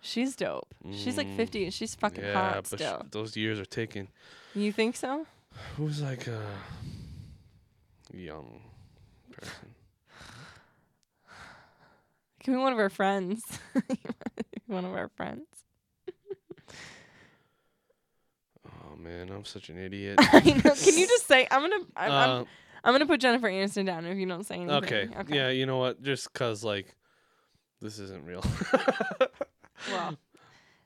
She's dope. She's like
Mm.
50 and she's fucking
yeah,
hot
but sh-
still.
those years are taken.
you think so?
Who's like a young person?
Can be one of our friends. (laughs) one of our
(laughs)
friends.
Oh man, I'm such an
(laughs)
idiot.
I know. Can you just say I'm going to I'm, I'm,
Uh,
I'm going to put Jennifer Aniston down if you don't say anything.
okay. Yeah, you know what? Just cause like this isn't real. (laughs)
Well.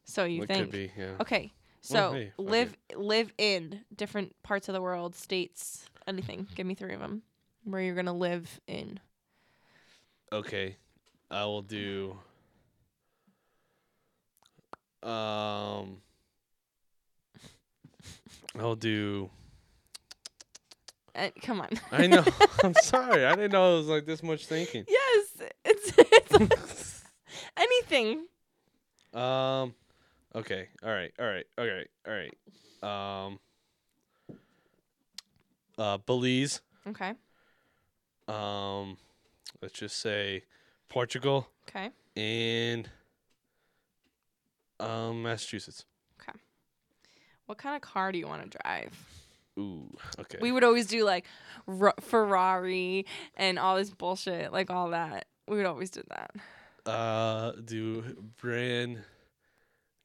So you
it
think
could be. Yeah.
Okay. So
Well, hey, fuck it.
live live in different parts of the world, states, anything. Give me three of them where you're gonna live in.
Okay. I will do. Um. I'll do.
Uh, come on.
I know. (laughs) I'm sorry. I didn't know it was like this much thinking.
(laughs) yes, it's, it's (laughs) anything.
Um. Okay. All right. All right. All right. All right. Um. Uh, Belize.
Okay.
Um, let's just say Portugal
Okay.
and Um, Massachusetts.
What kind of car do you want to drive?
Ooh, okay.
We would always do like Ro- Ferrari and all this bullshit, like all that. We would always do that.
uh, do brand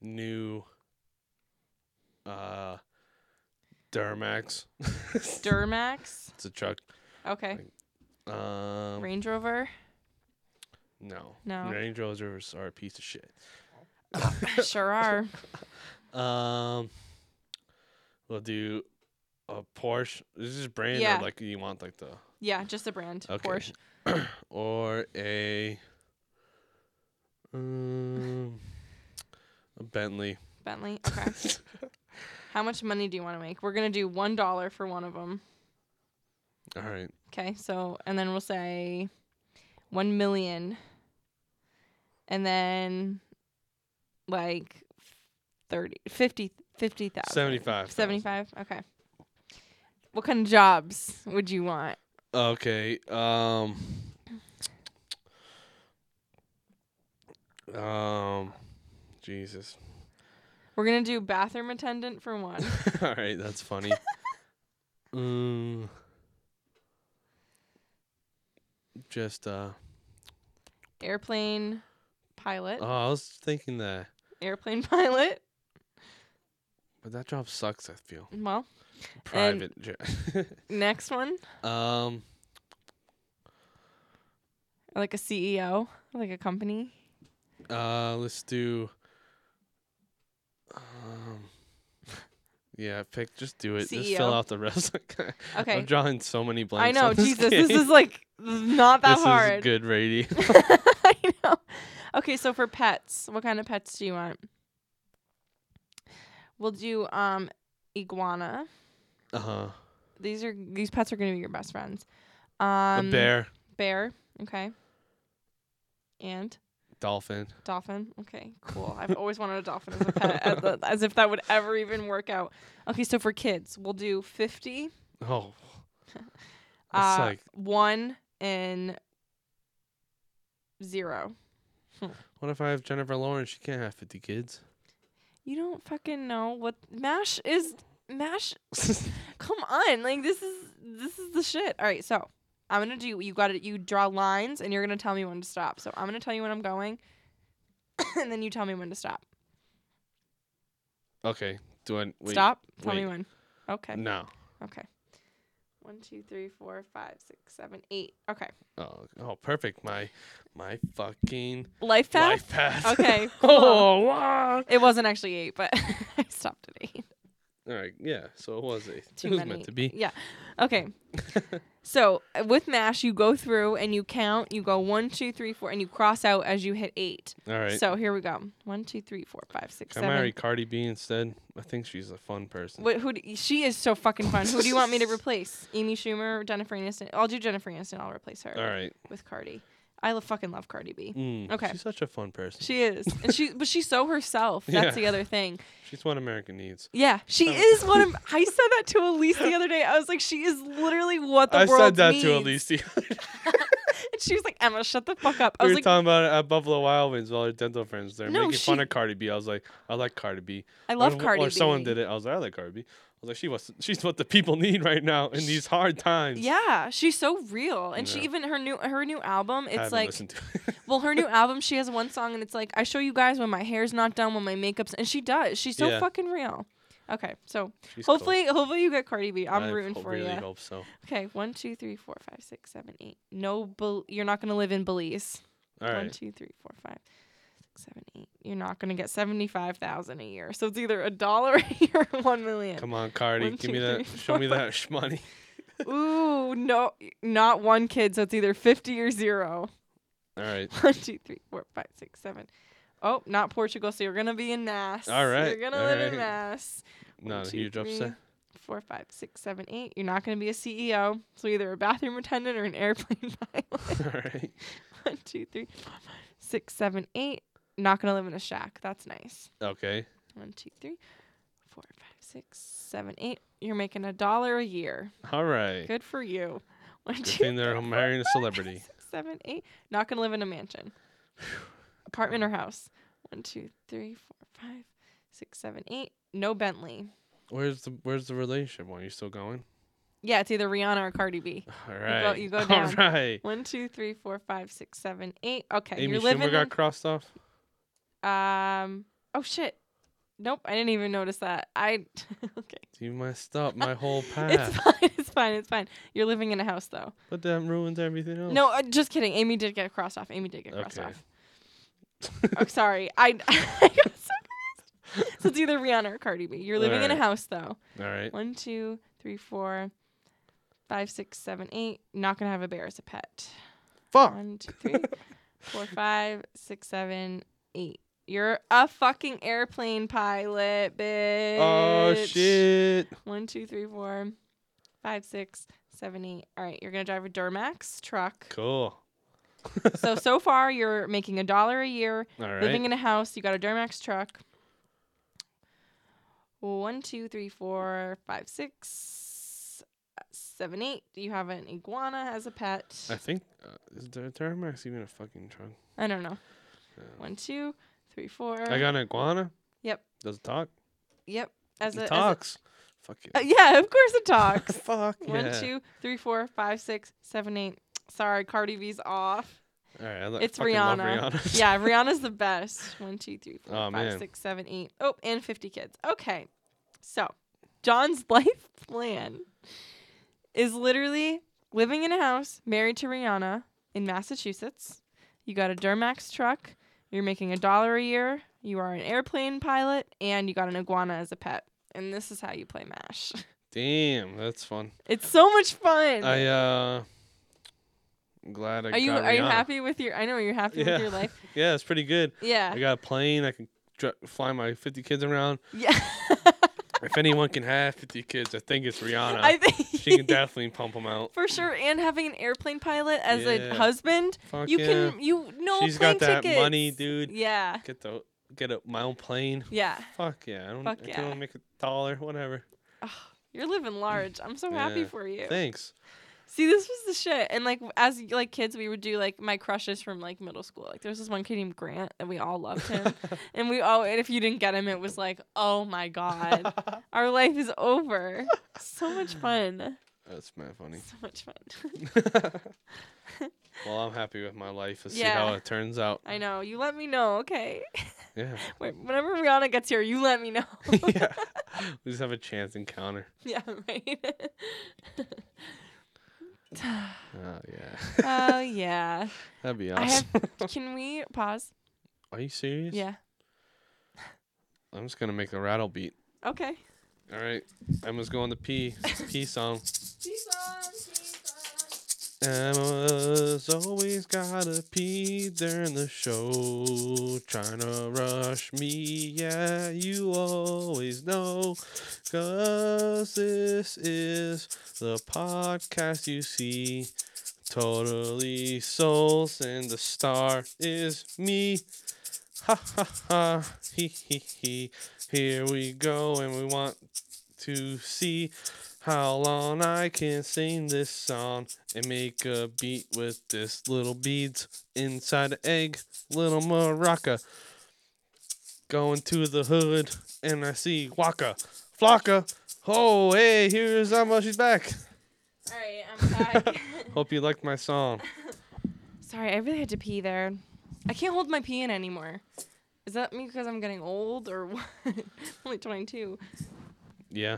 new. Uh, Duramax. (laughs) it's
Duramax.
a truck.
Okay.
Um,
Range
(laughs)
Rover.
no.
No.
Range Rovers are a piece of shit.
sure are.
Um, we'll do a Porsche. This is brand
Yeah.
or like you want like the
Yeah, just the brand.
Okay.
Porsche.
or a um a Bentley. (laughs)
Bentley. Okay. How much money do you want to make? We're gonna do one dollar for one of them.
All right.
Okay. So and then we'll say one million, and then like 30, 50, 50,000.
75,000.
75? Okay. What kind of jobs would you want?
Okay. Um Um Jesus. (laughs)
We're gonna do bathroom attendant for one.
All right, that's funny. um just uh
Airplane pilot.
oh, I was thinking that
Airplane pilot.
but that job sucks, I feel.
Well,
Private jet.
next one.
(laughs) um
Like a CEO, like a company.
Uh, let's do. Um, yeah, pick. Just do it. Just
CEO.
fill out the (laughs) rest.
E Okay.
I'm drawing so many
I
blanks.
know,
on this
Jesus. This
(laughs) game.
is like not that
This is
hard.
good radio.
(laughs) I know. Okay, so for pets, what kind of pets do you want? We'll do um iguana.
Uh huh.
These are these pets are gonna be your best friends. Um
a bear,
Bear. Okay. And
dolphin.
dolphin. Okay, cool. I've always wanted a dolphin as a pet, as,
(laughs)
a- as if that would ever even work out. Okay, so for kids, we'll do 50,
Oh. That's
uh,
like
1, and 0.
what if I have Jennifer Lawrence? She can't have fifty kids. (laughs)
You don't fucking know what MASH is. MASH, (laughs) come on. Like, this is this is the shit. All right, so I'm going to do, you got to, you draw lines, and you're going to tell me when to stop. So I'm going to tell you when I'm going, (coughs) and then you tell me when to stop.
okay. Do I wait?
Stop. Tell me
wait.
when. Okay.
No.
Okay. One, two, three, four, five, six, seven, eight. Okay.
Oh, oh, perfect. My, my fucking
Life path.
life path. (laughs)
Okay. cool.
oh, wow.
It wasn't actually eight, but (laughs) I stopped at eight.
All right. Yeah. So it was a.
(laughs) Too
it was
many.
meant to be.
Yeah.
(laughs)
Okay. so uh, with mash, you go through and you count. You go one, two, three, four, and you cross out as you hit eight.
All right.
So here we go. One, two, three, four, five, six,
Can I
seven.
marry Cardi B instead? I think she's a fun person.
Wh- who do, she is so fucking fun. Who do you want me to
(laughs)
replace? Amy Schumer, or Jennifer Aniston. I'll do Jennifer Aniston. I'll replace her
All right.
with Cardi. I lo- fucking love Cardi B.
Mm,
Okay.
She's such a fun person.
She is, and she but she's so
(laughs)
herself. That's
Yeah.
the other thing.
she's what America needs.
Yeah,
(laughs)
she is one of. I said that to Elise the other day. I was like, she is literally what the
I
world
said that
needs.
to Elise. (laughs) the other day.
(laughs) and she was like, Emma, shut the fuck up. I
we
was
were
like,
talking about it at Buffalo Wild Wings with all her dental friends. They're
No,
making fun
she-
of Cardi B. I was like, I like Cardi B.
I love
or,
Cardi
Or someone
B.
did it. I was like, I like Cardi B. I was like, she was. She's what the people (laughs) need right now in these hard times.
Yeah, she's so real, and she
Yeah.
even her new her new album.
I
It's
haven't
like,
listened to it. (laughs)
well, her new album. She has one song, and it's like, I show you guys when my hair's not done, when my makeup's, and she does. She's so
Yeah.
fucking real. Okay, so
She's cool.
hopefully, hopefully you get Cardi B. I'm
I
rooting
ho-
for
really
you.
hope so.
Okay, one, two, three, four, five, six, seven, eight. No, Bel- you're not gonna live in Belize.
All right.
One, two, three, four, five, six, seven, eight. You're not gonna get seventy-five thousand a year. So it's either a dollar (laughs) a year or one million.
Come on, Cardi.
One,
give me
two,
that.
three,
show me
four.
that (laughs) sh- money.
Ooh, no, not one kid. So it's either fifty or zero. (laughs)
All right.
One, two, three, four, five, six, seven. Oh, not Portugal. So you're gonna be in Mass.
All right,
You're gonna
all
live in
right.
Mass. One,
Not a
two,
huge
three,
upset.
Four, five, six, seven, eight. You're not gonna be a CEO. So either a bathroom attendant or an airplane (laughs) pilot.
(laughs) All right.
One, two, three, four, five, six, seven, eight. Not gonna live in a shack. That's nice.
Okay.
One, two, three, four, five, six, seven, eight. You're making a dollar a year.
All right.
Good for you. One,
Good
two,
thing they're
three, four,
marrying a
five, (laughs)
celebrity.
six, seven, eight. Not gonna live in a mansion. Apartment or house. One, two, three, four, five, six, seven, eight. No Bentley.
Where's the Where's the relationship one? You still going?
Yeah, it's either Rihanna or Cardi B.
All right.
you go
All
down.
right.
One, two, three, four, five, six, seven, eight. Okay,
Amy
you're
Schumer
living.
got crossed off.
in- um. Oh shit. Nope, I didn't even notice that. I (laughs) okay.
You messed
(laughs)
up my whole
It's
path.
fine. It's fine. It's fine. You're living in a house though.
but that ruins everything else.
No, uh, just kidding. Amy did get crossed off. Amy did get crossed
Okay.
off. oh, sorry. (laughs) I, I got so confused. So it's either Rihanna or Cardi B. You're living in a
Alright.
house though.
All right.
One, two, three, four, five, six, seven, eight. Not gonna have a bear as a pet.
Fuck.
One, two,
(laughs)
three, four, five, six, seven, eight. You're a fucking airplane pilot, bitch.
Oh shit.
One, two, three, four, five, six, seven, eight. All right, you're gonna drive a Duramax truck.
Cool. (laughs)
so so far you're making a dollar a year
All right.
living in a house you got a duramax truck one two three four five six seven eight you have an iguana as a pet
I think uh, is the Duramax even a fucking truck?
i don't know
Yeah.
one two three four
I got an iguana.
Uh, Yep.
Does it talk?
yep as
it
a, as a-
talks. Fuck it.
(laughs) Uh, yeah of course it
(laughs)
talks
Fuck
one
yeah.
two three four five six seven eight sorry cardi b's off
All right. I lo-
It's
fucking love
Rihanna.
Rihanna. (laughs)
yeah rihanna's the best One, two, three, four,
Aw,
five,
Oh, man.
six, seven, eight. oh and 50 kids okay so john's (laughs) life plan is literally living in a house married to rihanna in massachusetts you got a duramax truck you're making a dollar a year you are an airplane pilot and you got an iguana as a pet and this is how you play mash (laughs)
Damn, that's fun.
it's so much fun
I uh, I'm glad I.
are you
got
are you
Rihanna.
happy with your i know you're happy
Yeah.
with your life
(laughs) Yeah, it's pretty good.
yeah
(laughs) I got a plane. I can dri fly my 50 kids around.
yeah
if anyone can have 50 kids, I think it's Rihanna.
(laughs) I think
she can definitely pump them out.
for sure. And having an airplane pilot as
Yeah.
a husband,
Fuck
you
yeah.
can you no
She's
plane
got that
tickets.
money, dude.
Yeah,
get the get a, my own plane.
yeah.
Fuck yeah. I don't.
Fuck
I
yeah.
can only make a dollar, whatever.
You're living large. I'm so happy
Yeah.
for you.
Thanks.
See, this was the shit. And like as like kids, we would do like my crushes from like middle school. Like there was this one kid named Grant, and we all loved
(laughs)
him. and we all and if you didn't get him, it was like, oh my
(laughs)
god, our life is over. so much fun.
That's mad
(laughs)
funny. (laughs)
So much fun.
well, I'm happy with my life. Let's see
Yeah.
how it turns out.
I know. You let me know, okay? (laughs)
Yeah.
Wait, whenever Rihanna gets here, you let me know. (laughs)
yeah. (laughs) We just have a chance encounter.
Yeah, right. (laughs)
Oh yeah.
(laughs) oh yeah.
(laughs) That'd be
I
awesome.
have- Can we pause?
Are you serious?
Yeah.
I'm just gonna make a rattle beat.
Okay.
All right. Emma's going to pee. pee song. Emma's always gotta pee during the show. Trying to rush me, yeah, you always know. Cause this is the podcast you see. Totally souls, and the star is me. Ha ha ha, he he he. Here we go, and we want to see how long I can sing this song and make a beat with this little beads inside an egg, little maraca. Going to the hood and I see Waka, Flocka. Oh, hey, here's Amma, she's back.
All right, I'm back.
Hope you liked my song.
(laughs) Sorry, I really had to pee there. I can't hold my pee in anymore. Is that me because I'm getting old or (laughs) what? I'm only 22.
Yeah,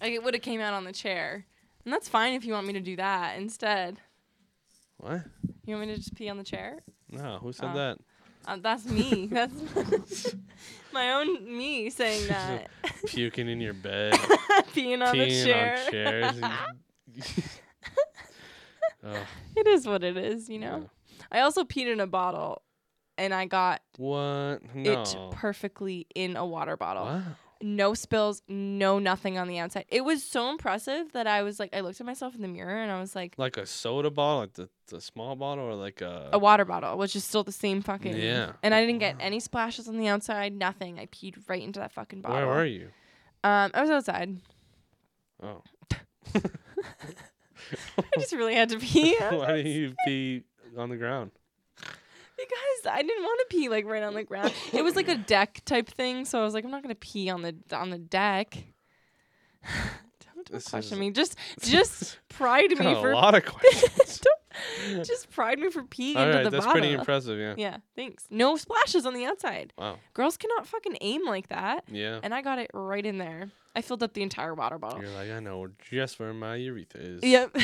Like it would have came out on the chair, and that's fine if you want me to do that instead.
what?
You want me to just pee on the chair?
No, who said
Oh. (laughs)
that?
Uh, that's (laughs) me. That's my own me saying (laughs) that.
Puking in your bed,
Peeing on the
peeing
chair.
on chairs.
(laughs)
and- oh,
It is what it is, you know. I also peed in a bottle, and I got
what? No.
it perfectly in a water bottle.
Wow.
No spills, no nothing on the outside. It was so impressive that I was like, I looked at myself in the mirror and I was like,
Like a soda bottle, like the, the small bottle, or like a.
a water bottle, which is still the same fucking.
Yeah.
And I didn't get any splashes on the outside, nothing. I peed right into that fucking bottle.
Where were you?
Um, I was outside. (laughs)
Oh.
I just really had to pee.
(laughs) Why did you pee on the ground?
Because I didn't want to pee like right on the ground. It was like a deck type thing, so I was like, I'm not gonna pee on the on the deck. don't don't
This
question
is-
me. Just
(laughs)
just pride me
Got a
for
lot of
(laughs)
questions. (laughs)
Don't- just pride me for peeing
All
into
right,
the
that's
bottle.
pretty
(laughs)
impressive. Yeah.
Yeah, thanks. No splashes on the outside.
Wow.
Girls cannot fucking aim like that.
Yeah.
And I got it right in there. I filled up the entire water bottle.
You're like, I know just where my urethra is.
Yep.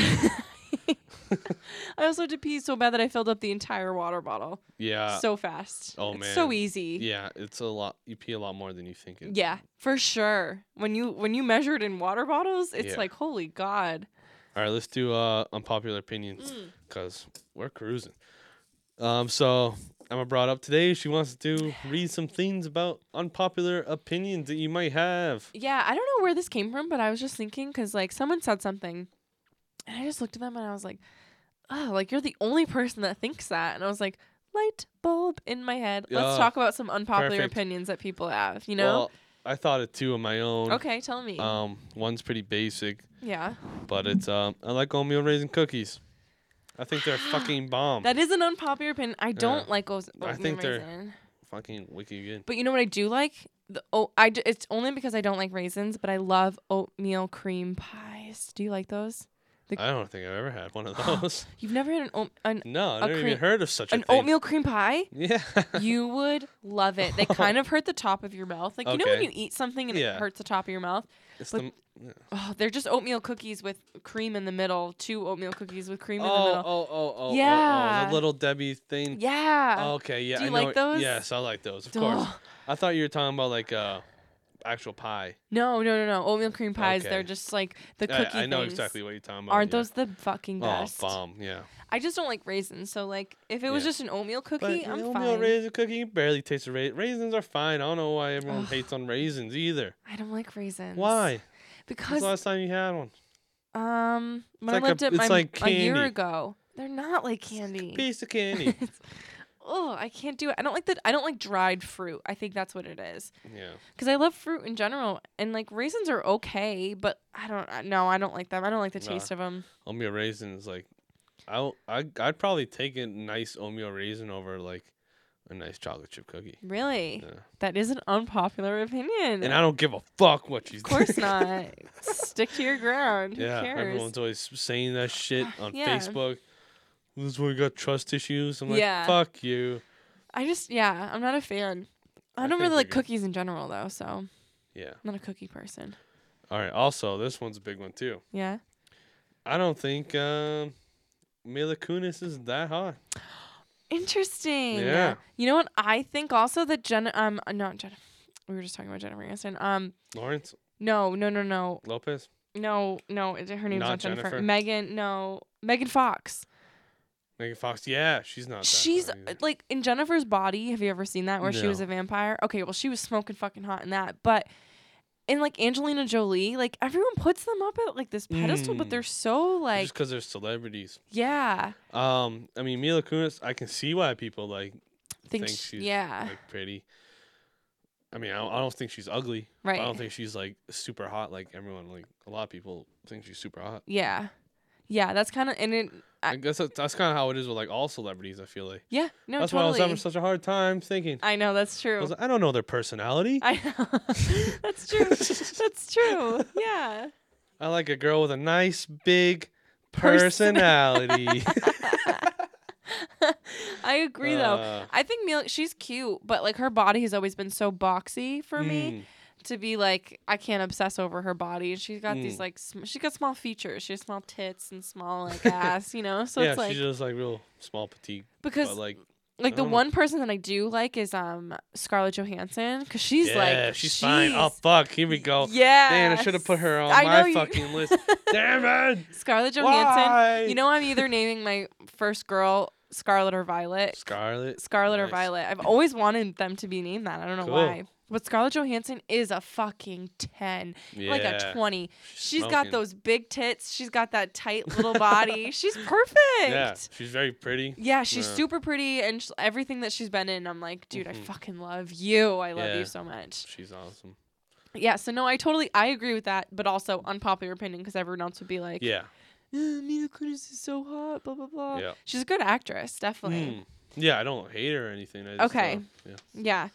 (laughs) I also had to pee so bad that I filled up the entire water bottle
Yeah.
so fast.
oh,
it's So
man.
easy.
yeah, it's a lot. You pee a lot more than you think. It,
Yeah, for sure. When you when you measure it in water bottles, it's
Yeah.
like holy god.
All right, let's do uh, unpopular opinions
Mm.
because we're cruising. Um, so Emma brought up today she wants to read some things about unpopular opinions that you might have.
Yeah, I don't know where this came from, but I was just thinking because like someone said something, and I just looked at them and I was like, "Oh, like you're the only person that thinks that." And I was like, "Light bulb in my head." Let's
Yeah.
talk about some unpopular
Perfect.
opinions that people have. You know?
Well, I thought of two of my own.
okay, tell me.
Um, one's pretty basic,
yeah,
but
Mm-hmm.
it's um, I like oatmeal raisin cookies. I
(gasps)
think they're fucking bomb.
that is an unpopular opinion. I don't like oats.
I
oatmeal
think they're-
raisin.
fucking wicked good.
But you know what I do like? The, oh, I d- it's only because I don't like raisins, but I love oatmeal cream pies. Do you like those?
I don't think I've ever had one
(gasps)
of those. (laughs)
You've never had an oat an,
no,
A
I've never
crea-
even heard of such a
an
thing.
oatmeal cream pie?
(laughs) Yeah.
(laughs) You would love it. They kind of hurt the top of your mouth. Like you know when
Okay.
you eat something and
Yeah.
it hurts the top of your mouth.
It's
but
the m- yeah.
Oh, they're just oatmeal cookies with cream in the middle. Two oatmeal cookies with cream in the
Oh, um, oh,
middle.
oh, oh, oh,
Yeah.
the little Debbie thing.
Yeah.
Okay, yeah.
Do
I
you
know
like
it-
those?
Yes, I like those. Of course.
Duh.
I thought you were talking about like uh, actual pie.
No, no, no, no. Oatmeal cream pies. They're
Okay.
just like the
I-
cookie.
I, know
things.
exactly what you're talking about.
Aren't
yeah.
those the fucking best?
Oh, bomb! Yeah.
I just don't like raisins. So like, if it was
Yeah.
just an oatmeal
But
cookie,
the
I'm
oatmeal
fine.
raisin cookie, you barely taste the raisin. Raisins are fine. I don't know why everyone
Ugh.
hates on raisins either.
I don't like raisins.
Why? When's
Because
the last time you had one?
um, when I
like a-
lived at
it's
my
like
a year
candy.
ago, they're not like candy.
Piece
(laughs)
of candy.
Oh, I can't do it. I don't like that. I don't like dried fruit. I think that's what it is.
yeah.
Because I love fruit in general, and like raisins are okay, but I don't. I- No, I don't like them. I don't like the
Nah.
taste of them.
Oatmeal raisin is like, I I I'd probably take a nice oatmeal raisin over like a nice chocolate chip cookie.
Really,
Yeah.
that is an unpopular opinion.
And I don't give a fuck what you (laughs)
of course not. Stick to your ground.
yeah,
Who cares? Ah,
everyone's always saying that shit on
Yeah.
Facebook. This is where we got trust issues. I'm like,
Yeah.
fuck you.
I just yeah, I'm not a fan. I
I
don't
think
really
they're
like
good.
cookies in general though, so I'm
Yeah.
not a cookie person.
All right. Also, this one's a big one too.
Yeah.
I don't think um, Mila Kunis is that hot.
Interesting.
Yeah.
You know what? I think also that Jen um not Jen we were just talking about Jennifer Aniston. Um
Lawrence
no, no, no, no.
Lopez.
No, no, it- her name's not,
Not
Jennifer.
Jennifer?
Megan, no. Megan Fox.
Megan Fox. Yeah, she's not. That
She's
hot either.
like in Jennifer's body. Have you ever seen that where she was
No.
a vampire? Okay, well she was smoking fucking hot in that, but in like Angelina Jolie, like everyone puts them up at like this pedestal, but
Mm.
they're so like
just because they're celebrities.
yeah.
Um, I mean Mila Kunis. I can see why people like
think,
think
sh-
she's,
yeah
like pretty. I mean, I don't, I don't think she's ugly.
right
I don't think she's like super hot like everyone like a lot of people think she's super hot.
yeah yeah that's kind of and it I-
I guess that's, that's kind of how it is with like all celebrities. I feel like
yeah no
that's why I was
totally I,
having such a hard time thinking.
know that's
I
true
was like, I don't know their personality.
I
I,
know (laughs) that's true that's
(laughs)
true yeah
like a girl with a nice big
(laughs)
personality.
I agree though
Uh,
I think Mila she's cute but like her body has always been so boxy for me
mm,
to be like I can't obsess over her body she's got these
Mm.
like sm- she's got small features she has small tits and small
(laughs)
like ass you know so
yeah,
it's like
she's just like real small petite,
because
but like
Like
I
the
don't know.
one person that I do like is um Scarlett Johansson because she's
yeah,
like
she's fine. Oh
"Jeez."
fuck, here we go.
Yeah,
Damn, I should have put her on
I know
my
you-
fucking list. Damn it.
(laughs) Scarlett Johansson.
Why?
You know I'm either naming my first girl Scarlett or Violet.
Scarlet.
Scarlett or
Nice.
Violet. I've always wanted them to be named that. I don't know
Cool.
why. But Scarlett Johansson is a fucking ten,
Yeah.
like a twenty. She's got
smoking.
those big tits. She's got that tight little
(laughs)
body. she's perfect.
Yeah, she's very pretty.
Yeah, she's
Yeah.
super pretty, and sh- everything that she's been in, I'm like, dude, I
Mhm.
fucking love you. I love
Yeah.
you so much.
She's awesome.
Yeah, so no, I totally, I agree with that, but also unpopular opinion because everyone else would be like, oh,
Yeah.
"Ugh, Mila Kunis is so hot, blah blah blah.
Yeah.
She's a good actress, definitely.
Mm. Yeah, I don't hate her or anything. I just,
Okay.
um, yeah.
Yeah.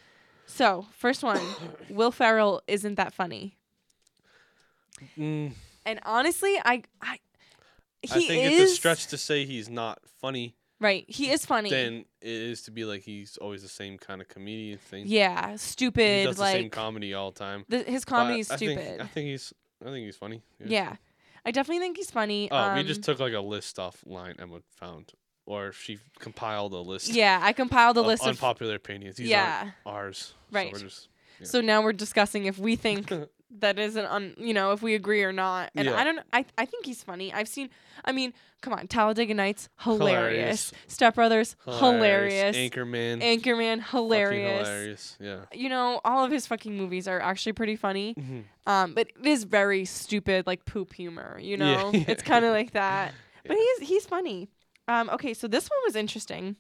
So, first
(coughs)
one Will Ferrell isn't that funny.
Mm,
And honestly, I. I he
I think
is
it's a stretch to say he's not funny
right. He is funny.
than it is to be like he's always the same kind of comedian thing.
yeah,
he
stupid.
does
like
the same comedy all the time.
the- his comedy is
But I
stupid.
think- I think he's. I think he's funny.
yeah. I definitely think he's funny.
Oh,
um,
we just took like a list offline Emma found, or she compiled a list.
Yeah, I compiled a
of
list of.
unpopular opinions. These aren't
yeah.
ours.
Right.
So we're just, yeah.
So now we're discussing if we
(laughs)
think that isn't on, you know, if we agree or not. And
Yeah.
I don't. I I think he's funny. I've seen. I mean, come on, Talladega Nights, hilarious.
Hilarious.
Step Brothers, hilarious.
Anchorman. fucking
Anchorman, hilarious.
hilarious. Yeah.
You know, all of his fucking movies are actually pretty funny.
Mhm.
Um, but it is very stupid, like poop humor. You
Yeah,
know,
(laughs) yeah,
it's kind of
yeah.
like
(laughs)
that. But he's he's funny. Um, okay, so this one was interesting.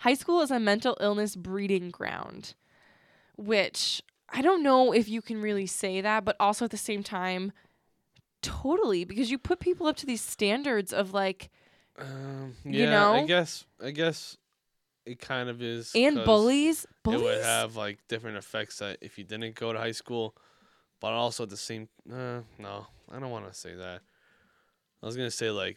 High school is a mental illness breeding ground, which I don't know if you can really say that, but also at the same time, totally because you put people up to these standards of like
Um, yeah.
You
I
know?
guess. I guess. It kind of is.
and
'cause
bullies, bullies.
It would have like different effects that if you didn't go to high school, but also at the same. Uh, no, I don't want to say that. I was gonna say like,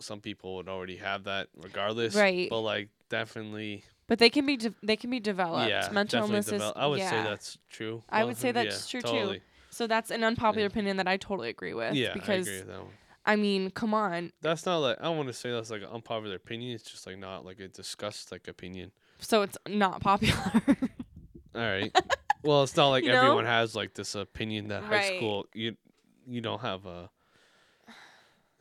some people would already have that regardless.
Right.
But like, definitely.
but they can be de- they can be developed.
Yeah,
mental
definitely
illnesses.
develop- I would
yeah.
say that's true.
I
Well, (laughs)
would say
yeah,
that's true, too.
totally.
So that's an unpopular
Yeah.
opinion that I totally agree with.
Yeah,
because
I agree with that one.
I mean, come on.
That's not like I don't want to say that's like an unpopular opinion. It's just like not like a discussed like opinion.
So it's not popular. (laughs)
All right. well, it's not like
You know?
everyone has like this opinion that
Right.
high school you you don't have a.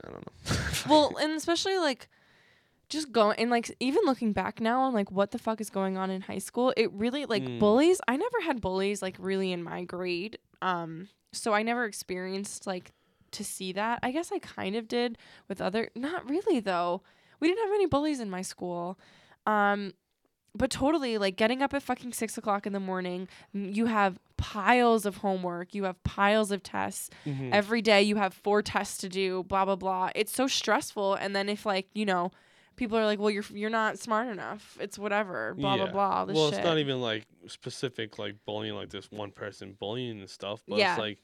I don't know. (laughs)
well, and especially like just going and like even looking back now on like what the fuck is going on in high school, it really like
Mm.
bullies. I never had bullies like really in my grade. Um so I never experienced like to see that. I guess I kind of did with other not really though. We didn't have any bullies in my school. Um but totally like getting up at fucking six o'clock in the morning, m- you have piles of homework, you have piles of tests,
Mhm.
every day you have four tests to do blah blah blah it's so stressful and then if like you know people are like well you're you're not smart enough it's whatever blah blah
Yeah.
blah all this
well,
shit.
it's not even like specific like bullying like this one person bullying and stuff, but
Yeah.
it's like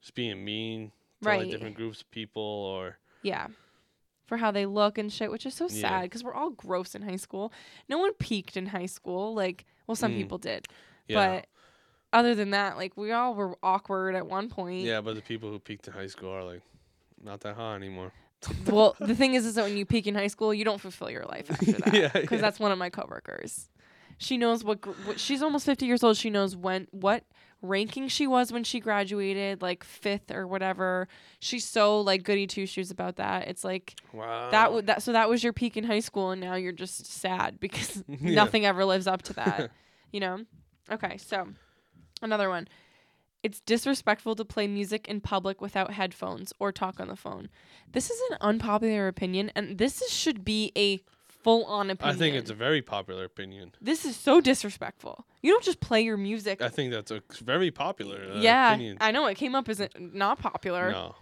just being mean to
Right.
like different groups of people or
yeah for how they look and shit which is so sad
Yeah.
sad because we're all gross in high school no one peaked in high school like well some
Mm.
people did
yeah.
but other than that like we all were awkward at one point
Yeah, but the people who peaked in high school are like not that hot anymore.
well the thing is is that when you peak in high school you don't fulfill your life
(laughs)
after that
Yeah,
because
yeah.
that's one of my coworkers she knows what, gr- what she's almost 50 years old she knows when what ranking she was when she graduated like fifth or whatever she's so like goody two shoes about that it's like
Wow.
that would that so that was your peak in high school and now you're just sad (laughs) because
(laughs) Yeah.
nothing ever lives up to
(laughs)
that you know okay so another one it's disrespectful to play music in public without headphones or talk on the phone this is an unpopular opinion and this is, should be a full-on
I
opinion
think it's a very popular opinion.
this is so disrespectful you don't just play your music
I think that's a very popular uh,
yeah
opinion.
i know it came up as a- not popular
No.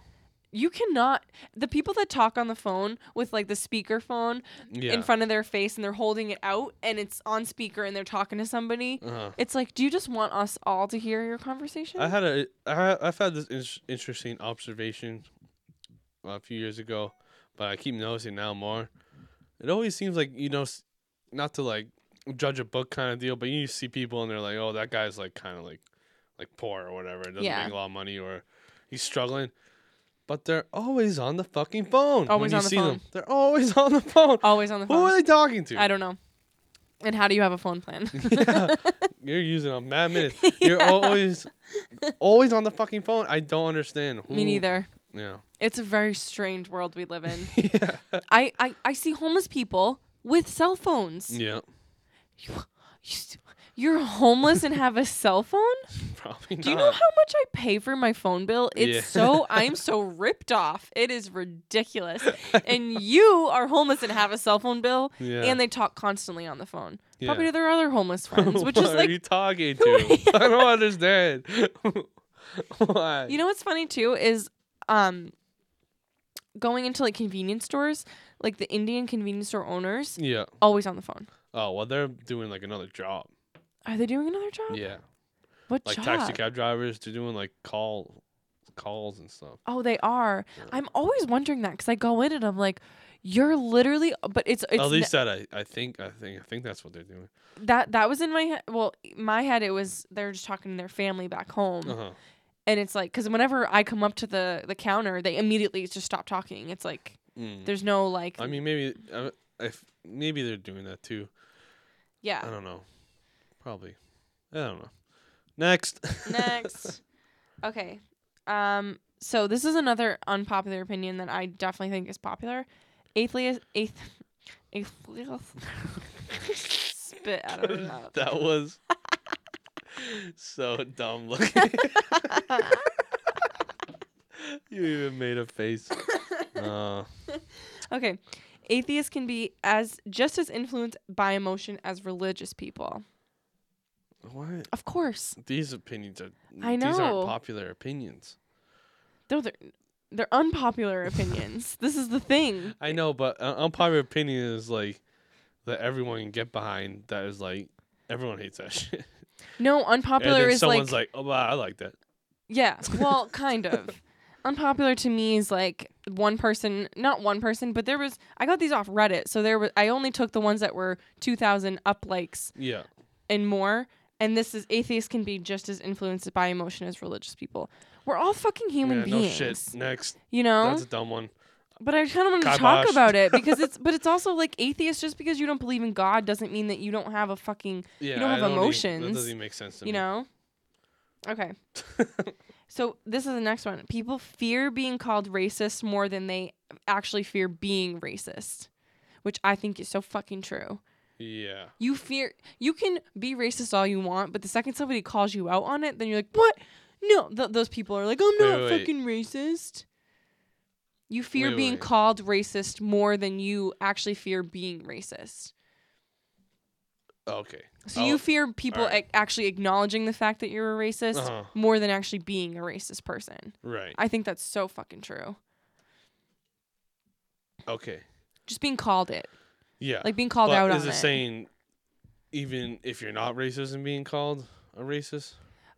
you cannot the people that talk on the phone with like the speaker phone
Yeah.
in front of their face and they're holding it out and it's on speaker and they're talking to somebody.
uh-huh.
It's like, do you just want us all to hear your conversation?
I had a I ha- I've had this in- interesting observation a few years ago, but I keep noticing now more. It always seems like you know, s- not to like judge a book kind of deal, but you see people and they're like, oh, that guy's like kind of like like poor or whatever, doesn't
Yeah.
make a lot of money or he's struggling. But they're always on the fucking phone.
Always
when
on
you
the
see
phone.
Them. They're always (laughs) on the phone.
Always on the
Who
phone.
are they talking to?
I don't know. And how do you have a phone plan?
(laughs) yeah. You're using a mad minute. You're always always on the fucking phone. I don't understand.
(laughs) Me
who-
neither.
Yeah.
It's a very strange world we live in.
yeah.
I, I, I see homeless people with cell (laughs) phones.
Yeah. (laughs)
You s- You're homeless and have a cell phone?
(laughs) Probably not.
Do you know how much I pay for my phone bill? It's
Yeah.
so I'm so ripped off. It is ridiculous.
(laughs)
and you are homeless and have a cell phone bill,
(laughs) Yeah.
and they talk constantly on the phone, probably
Yeah.
to their other
(laughs)
homeless friends, which is
What
like
are
(laughs)
you talking to? I don't understand. (laughs) Why?
You know what's funny too is um going into like convenience stores, like the Indian convenience store owners
Yeah.
always on the phone.
Oh well, they're doing like another job.
Are they doing another job?
Yeah,
What
like
job?
taxi cab drivers, they're doing like call calls and stuff.
Oh, they are.
Yeah.
I'm always wondering that because I go in and I'm like, you're literally, but it's it's
At
n-
least that I, I think I think I think that's what they're doing.
that that was in my head. Well, my head it was they're just talking to their family back home,
Uh huh.
and it's like because whenever I come up to the the counter, they immediately just stop talking. It's like
Mm.
there's no like,
I mean, maybe I, if maybe they're doing that too. I
yeah.
don't know. Probably. I don't know. Next. (laughs)
Next, okay. Um, so this is another unpopular opinion that I definitely think is popular. Atheist, ath, atheist. Spit out of
(laughs)
my mouth.
that was so dumb looking. you even made a face. Uh,
(laughs) Okay. Atheists can be as just as influenced by emotion as religious people.
what?
Of course.
These opinions are.
I
These
know.
aren't popular opinions.
Though they're they're unpopular opinions. this is the thing.
I know, but uh, unpopular opinion is like that everyone can get behind. That is like everyone hates that (laughs) shit.
No,
and
unpopular
then
is
someone's
like,
like, oh, wow, I like that.
Yeah. (laughs) Well, kind of. unpopular to me is like one person not one person, but there was I got these off Reddit, so there was I only took the ones that were two thousand up likes
Yeah.
and more. And this is atheists can be just as influenced by emotion as religious people. We're all fucking human
yeah,
beings.
no shit. Next.
You know?
That's a dumb one.
But I kind of want to talk
Kiboshed.
about it
(laughs)
because it's but it's also like atheist. Just because you don't believe in God doesn't mean that you don't have a fucking
Yeah.
don't
I
have
even- that
emotions,
doesn't even make sense to
you
me.
know. Okay, so this is the next one. People fear being called racist more than they actually fear being racist, which I think is so fucking true.
(laughs) yeah.
You fear you can be racist all you want, but the second somebody calls you out on it, then you're like, what? No, Th- those people are like, I'm
Wait,
not
wait, wait.
fucking racist. You fear
Wait,
being
wait.
called racist more than you actually fear being racist.
Okay.
So
Oh,
you fear people
alright.
ac- actually acknowledging the fact that you're a racist
Uh-huh.
more than actually being a racist person.
Right.
I think that's so fucking true.
Okay.
Just being called it,
Yeah.
like being called out
is
on
it
it.
saying even if you're not racist and being called a racist?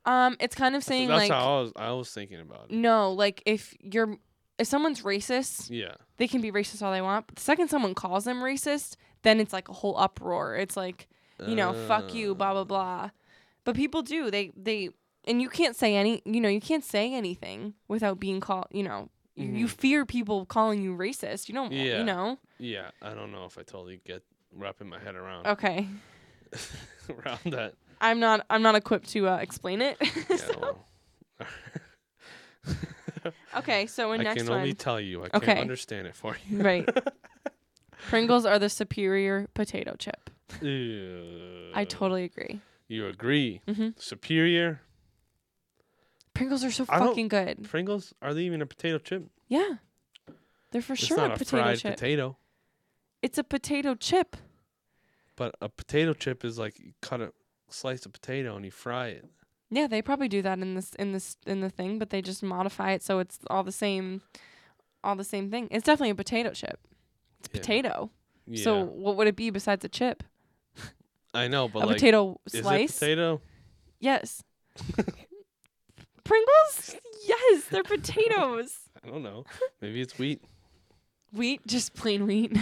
um, it's kind of
So
saying
that's
like
how I was I was thinking about it.
no, like if you're if someone's racist,
Yeah.
they can be racist all they want. But the second someone calls them racist, then it's like a whole uproar. It's like, you know, fuck you, blah
Uh.
blah blah. But people do. They they and you can't say any you know, you can't say anything without being called, you know, you you
Mhm.
fear people calling you racist. You don't want-
Yeah.
you know.
Yeah. I don't know if I totally get wrapping my head around
Okay. Oh.
(laughs) around that.
(laughs) I'm not I'm not equipped to uh, explain it.
Yeah,
So-
well.
(laughs)
(laughs)
okay, so
I
in next
can
one.
only tell you. I
Okay.
can't understand it for you. (laughs)
right. Pringles are the superior potato chip. (laughs) I
Ew.
totally agree.
You agree.
Mhm.
Superior
Pringles are so
I don't-
fucking good.
Pringles? Are they even a potato chip?
Yeah. They're for
it's
sure
not
a
a
potato
fried
chip.
potato,
It's a potato chip.
but a potato chip is like you cut a slice of potato and you fry it.
Yeah, they probably do that in this in this in the thing, but they just modify it so it's all the same all the same thing. It's definitely a potato chip. It's
Yeah.
potato.
Yeah.
So what would it be besides a chip?
I know, but
a
like
potato
is
slice? (laughs)
it potato?
Yes. Pringles? Yes, they're potatoes.
(laughs) I don't know. Maybe it's wheat. (laughs)
Wheat, just plain wheat.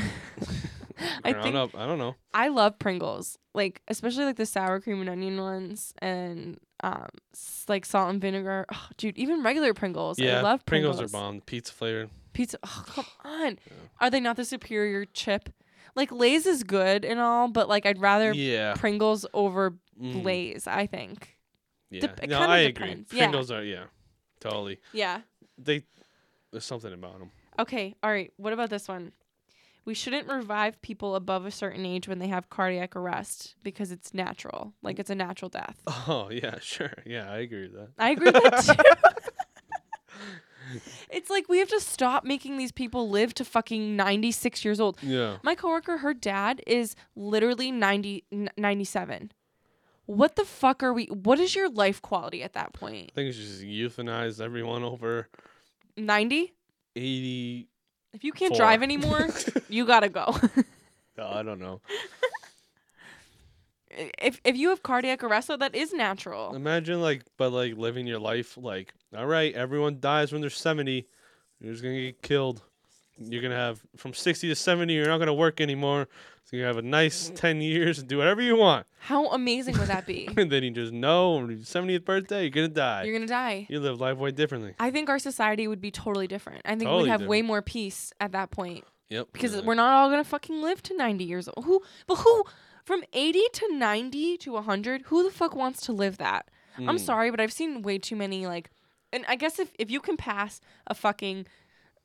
(laughs) I
Ground
think
up. I don't know.
I love Pringles, like especially like the sour cream and onion ones, and um, s- like salt and vinegar. Oh, dude, even regular Pringles.
yeah,
I love Pringles.
Pringles. are bomb. Pizza flavored.
Pizza. Oh,
(sighs)
come on. Are they not the superior chip? Like Lay's is good and all, but like I'd rather
Yeah.
Pringles over
Mm,
Lay's. I think.
Yeah.
dep- it
no,
kinda
I agree.
depends. Yeah.
Pringles are yeah, totally.
Yeah.
They there's something about them.
Okay. All right. What about this one? We shouldn't revive people above a certain age when they have cardiac arrest because it's natural. Like it's a natural death.
(laughs) Oh yeah, (laughs) sure. Yeah, I agree with that.
I agree with that too.
(laughs)
it's like we have to stop making these people live to fucking 96 years old.
Yeah.
My coworker, her dad is literally 90, n- 97. What the fuck are we? What is your life quality at that point?
I think it's just euthanize everyone over
90?
eighty.
If you can't
(laughs) Four.
drive anymore, you gotta go.
I don't know.
if if you have cardiac arrest, though, that is natural.
Imagine like, but like living your life like, all right, everyone dies when they're seventy. You're just gonna get killed. You're gonna have from sixty to seventy. You're not gonna work anymore. So you have a nice
Mm-hmm.
ten years and do whatever you want. (laughs)
How amazing would that be?
and then you just know, on your seventieth birthday, you're gonna die.
You're gonna die.
you live life way differently.
I think our society would be totally different. I think
Totally
we'd have way more peace at that point
Yep.
because
you're like,
we're not all gonna fucking live to 90 years old. Who? But who? From 80 to 90 to 100, who the fuck wants to live that? I'm
mm,
sorry, but I've seen way too many like, and I guess if if you can pass a fucking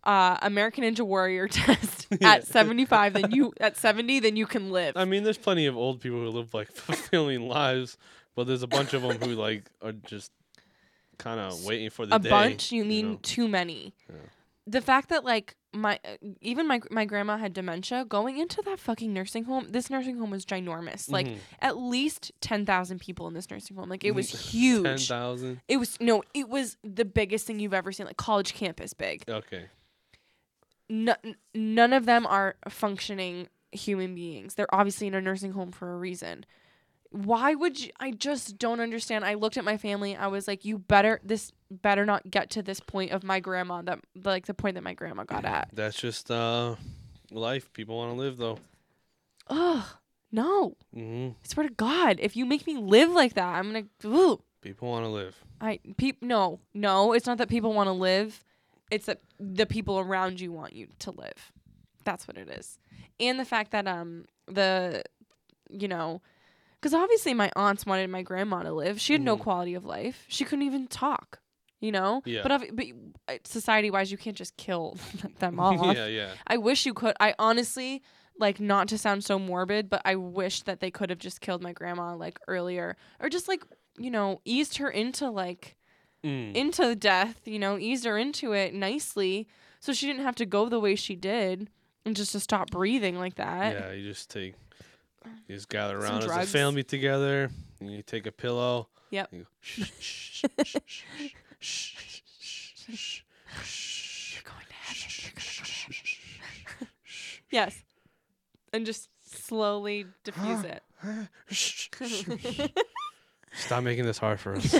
uh, American Ninja Warrior (laughs) test
Yeah.
at 75, then
(laughs)
you at 70, then you can live.
I mean, there's plenty of old people who live like (laughs) fulfilling lives, but there's a bunch of them who like are just kind of waiting for the
a
day.
bunch you mean
know?
too many
Yeah.
the fact that like my uh, even my my grandma had dementia going into that fucking nursing home this nursing home was ginormous like
Mhm.
at least 10,000 people in this nursing home like it was
Mm-hmm. (laughs) ten
huge
thousand.
it was no it was the biggest thing you've ever seen like college campus big
Okay.
no, n- none of them are functioning human beings. They're obviously in a nursing home for a reason. Why would you? I just don't understand. I looked at my family. I was like, you better this better not get to this point of my grandma that like the point that my grandma got at.
That's just uh, life. People want to live though.
Ugh, no.
hmm
I swear to God, if you make me live like that, I'm gonna. Ooh,
People want to live.
I peep. No, no. It's not that people want to live. It's that the people around you want you to live. That's what it is. And the fact that um the you know because obviously my aunts wanted my grandma to live. She had no
Mhm.
quality of life. She couldn't even talk. You know.
Yeah.
But obvi- but uh, society wise, you can't just kill (laughs)
(laughs)
them all. off.
yeah, yeah.
I wish you could. I honestly, like, not to sound so morbid, but I wish that they could have just killed my grandma, like, earlier. Or just, like, you know, eased her into, like,
Mm.
into death, you know, eased her into it nicely so she didn't have to go the way she did and just to stop breathing like that.
yeah, you just take, you just gather
Some
around as a
drugs.
family together, and you take a pillow.
Yep.
and you go, (laughs) shh, shh, shh, shh, shh, shh, shh,
You're going to heaven.
shh,
You're gonna go to
shh,
heaven.
shh, shh,
Yes. And just slowly
(gasps)
diffuse it.
shh, shh, shh. Stop making this hard for
(laughs)
us.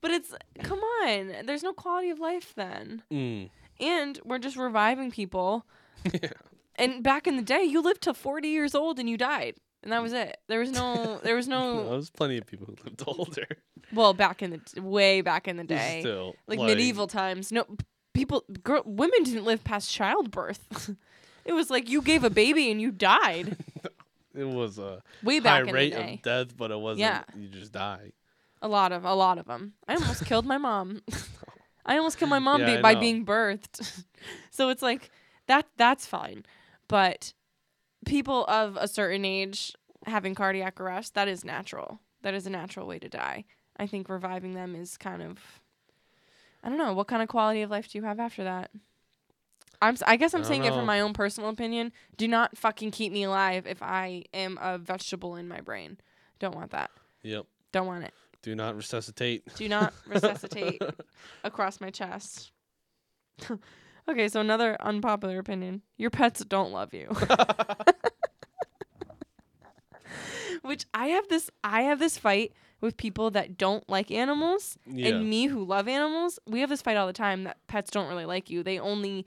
But it's, come on, there's no quality of life then.
Mm.
And we're just reviving people
(laughs) Yeah.
And back in the day, you lived till 40 years old and you died. And that was it. There was no, there was
There (laughs)
no,
was plenty of people who lived older.
well, back in the, t- way back in the day.
Still,
like, medieval times. No, p- people, girl, women didn't live past childbirth. (laughs) it was like you gave a baby and you died
It was uh, a
way
high
back in
rate
the day.
of death, but it wasn't.
Yeah.
You just die.
a lot of, a lot of them. I almost killed my
(laughs)
mom. I almost killed my mom
Yeah,
be-
I
by
know.
being birthed. (laughs) so it's like, that, that's fine. But people of a certain age having cardiac arrest, that is natural. That is a natural way to die. I think reviving them is kind of I don't know, what kind of quality of life do you have after that? I'm s- I guess I'm
I
saying
don't
it
know.
from my own personal opinion. Do not fucking keep me alive if I am a vegetable in my brain. Don't want that.
Yep.
Don't want it.
Do not resuscitate. (laughs)
Do not resuscitate across my chest. (laughs) okay, so another unpopular opinion. Your pets don't love you. (laughs) Which I have this I have this fight with people that don't like animals
yeah.
and me who love animals. We have this fight all the time that pets don't really like you. They only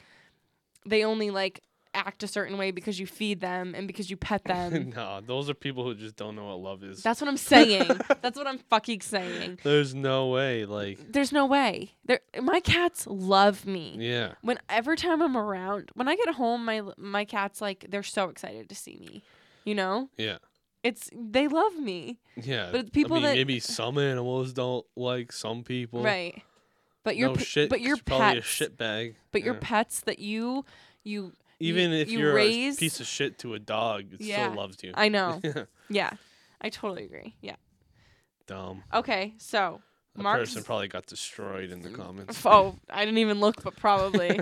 they only like act a certain way because you feed them and because you pet
(laughs)
them.
no, those are people who just don't know what love is.
That's what I'm saying. That's what I'm fucking saying.
There's no way. Like,
There's no way. There, my cats love me.
yeah.
When every time I'm around, when I get home, my my cats like they're so excited to see me. You know,
Yeah.
it's they love me,
Yeah.
But people
I mean,
that-
maybe some animals don't like some people.
right? But your
no
pe-
shit.
but your
it's probably
pets,
a shit bag.
but your
Yeah.
pets that you you
Even if
you
you are
raise-
a piece of shit to a dog, it
Yeah.
still loves you.
I
(laughs)
know.
Yeah.
Yeah. I totally agree. Yeah.
Dumb.
Okay. So,
A
Mark's.
person probably got destroyed in the comments.
(laughs) oh, I didn't even look, but (laughs) probably.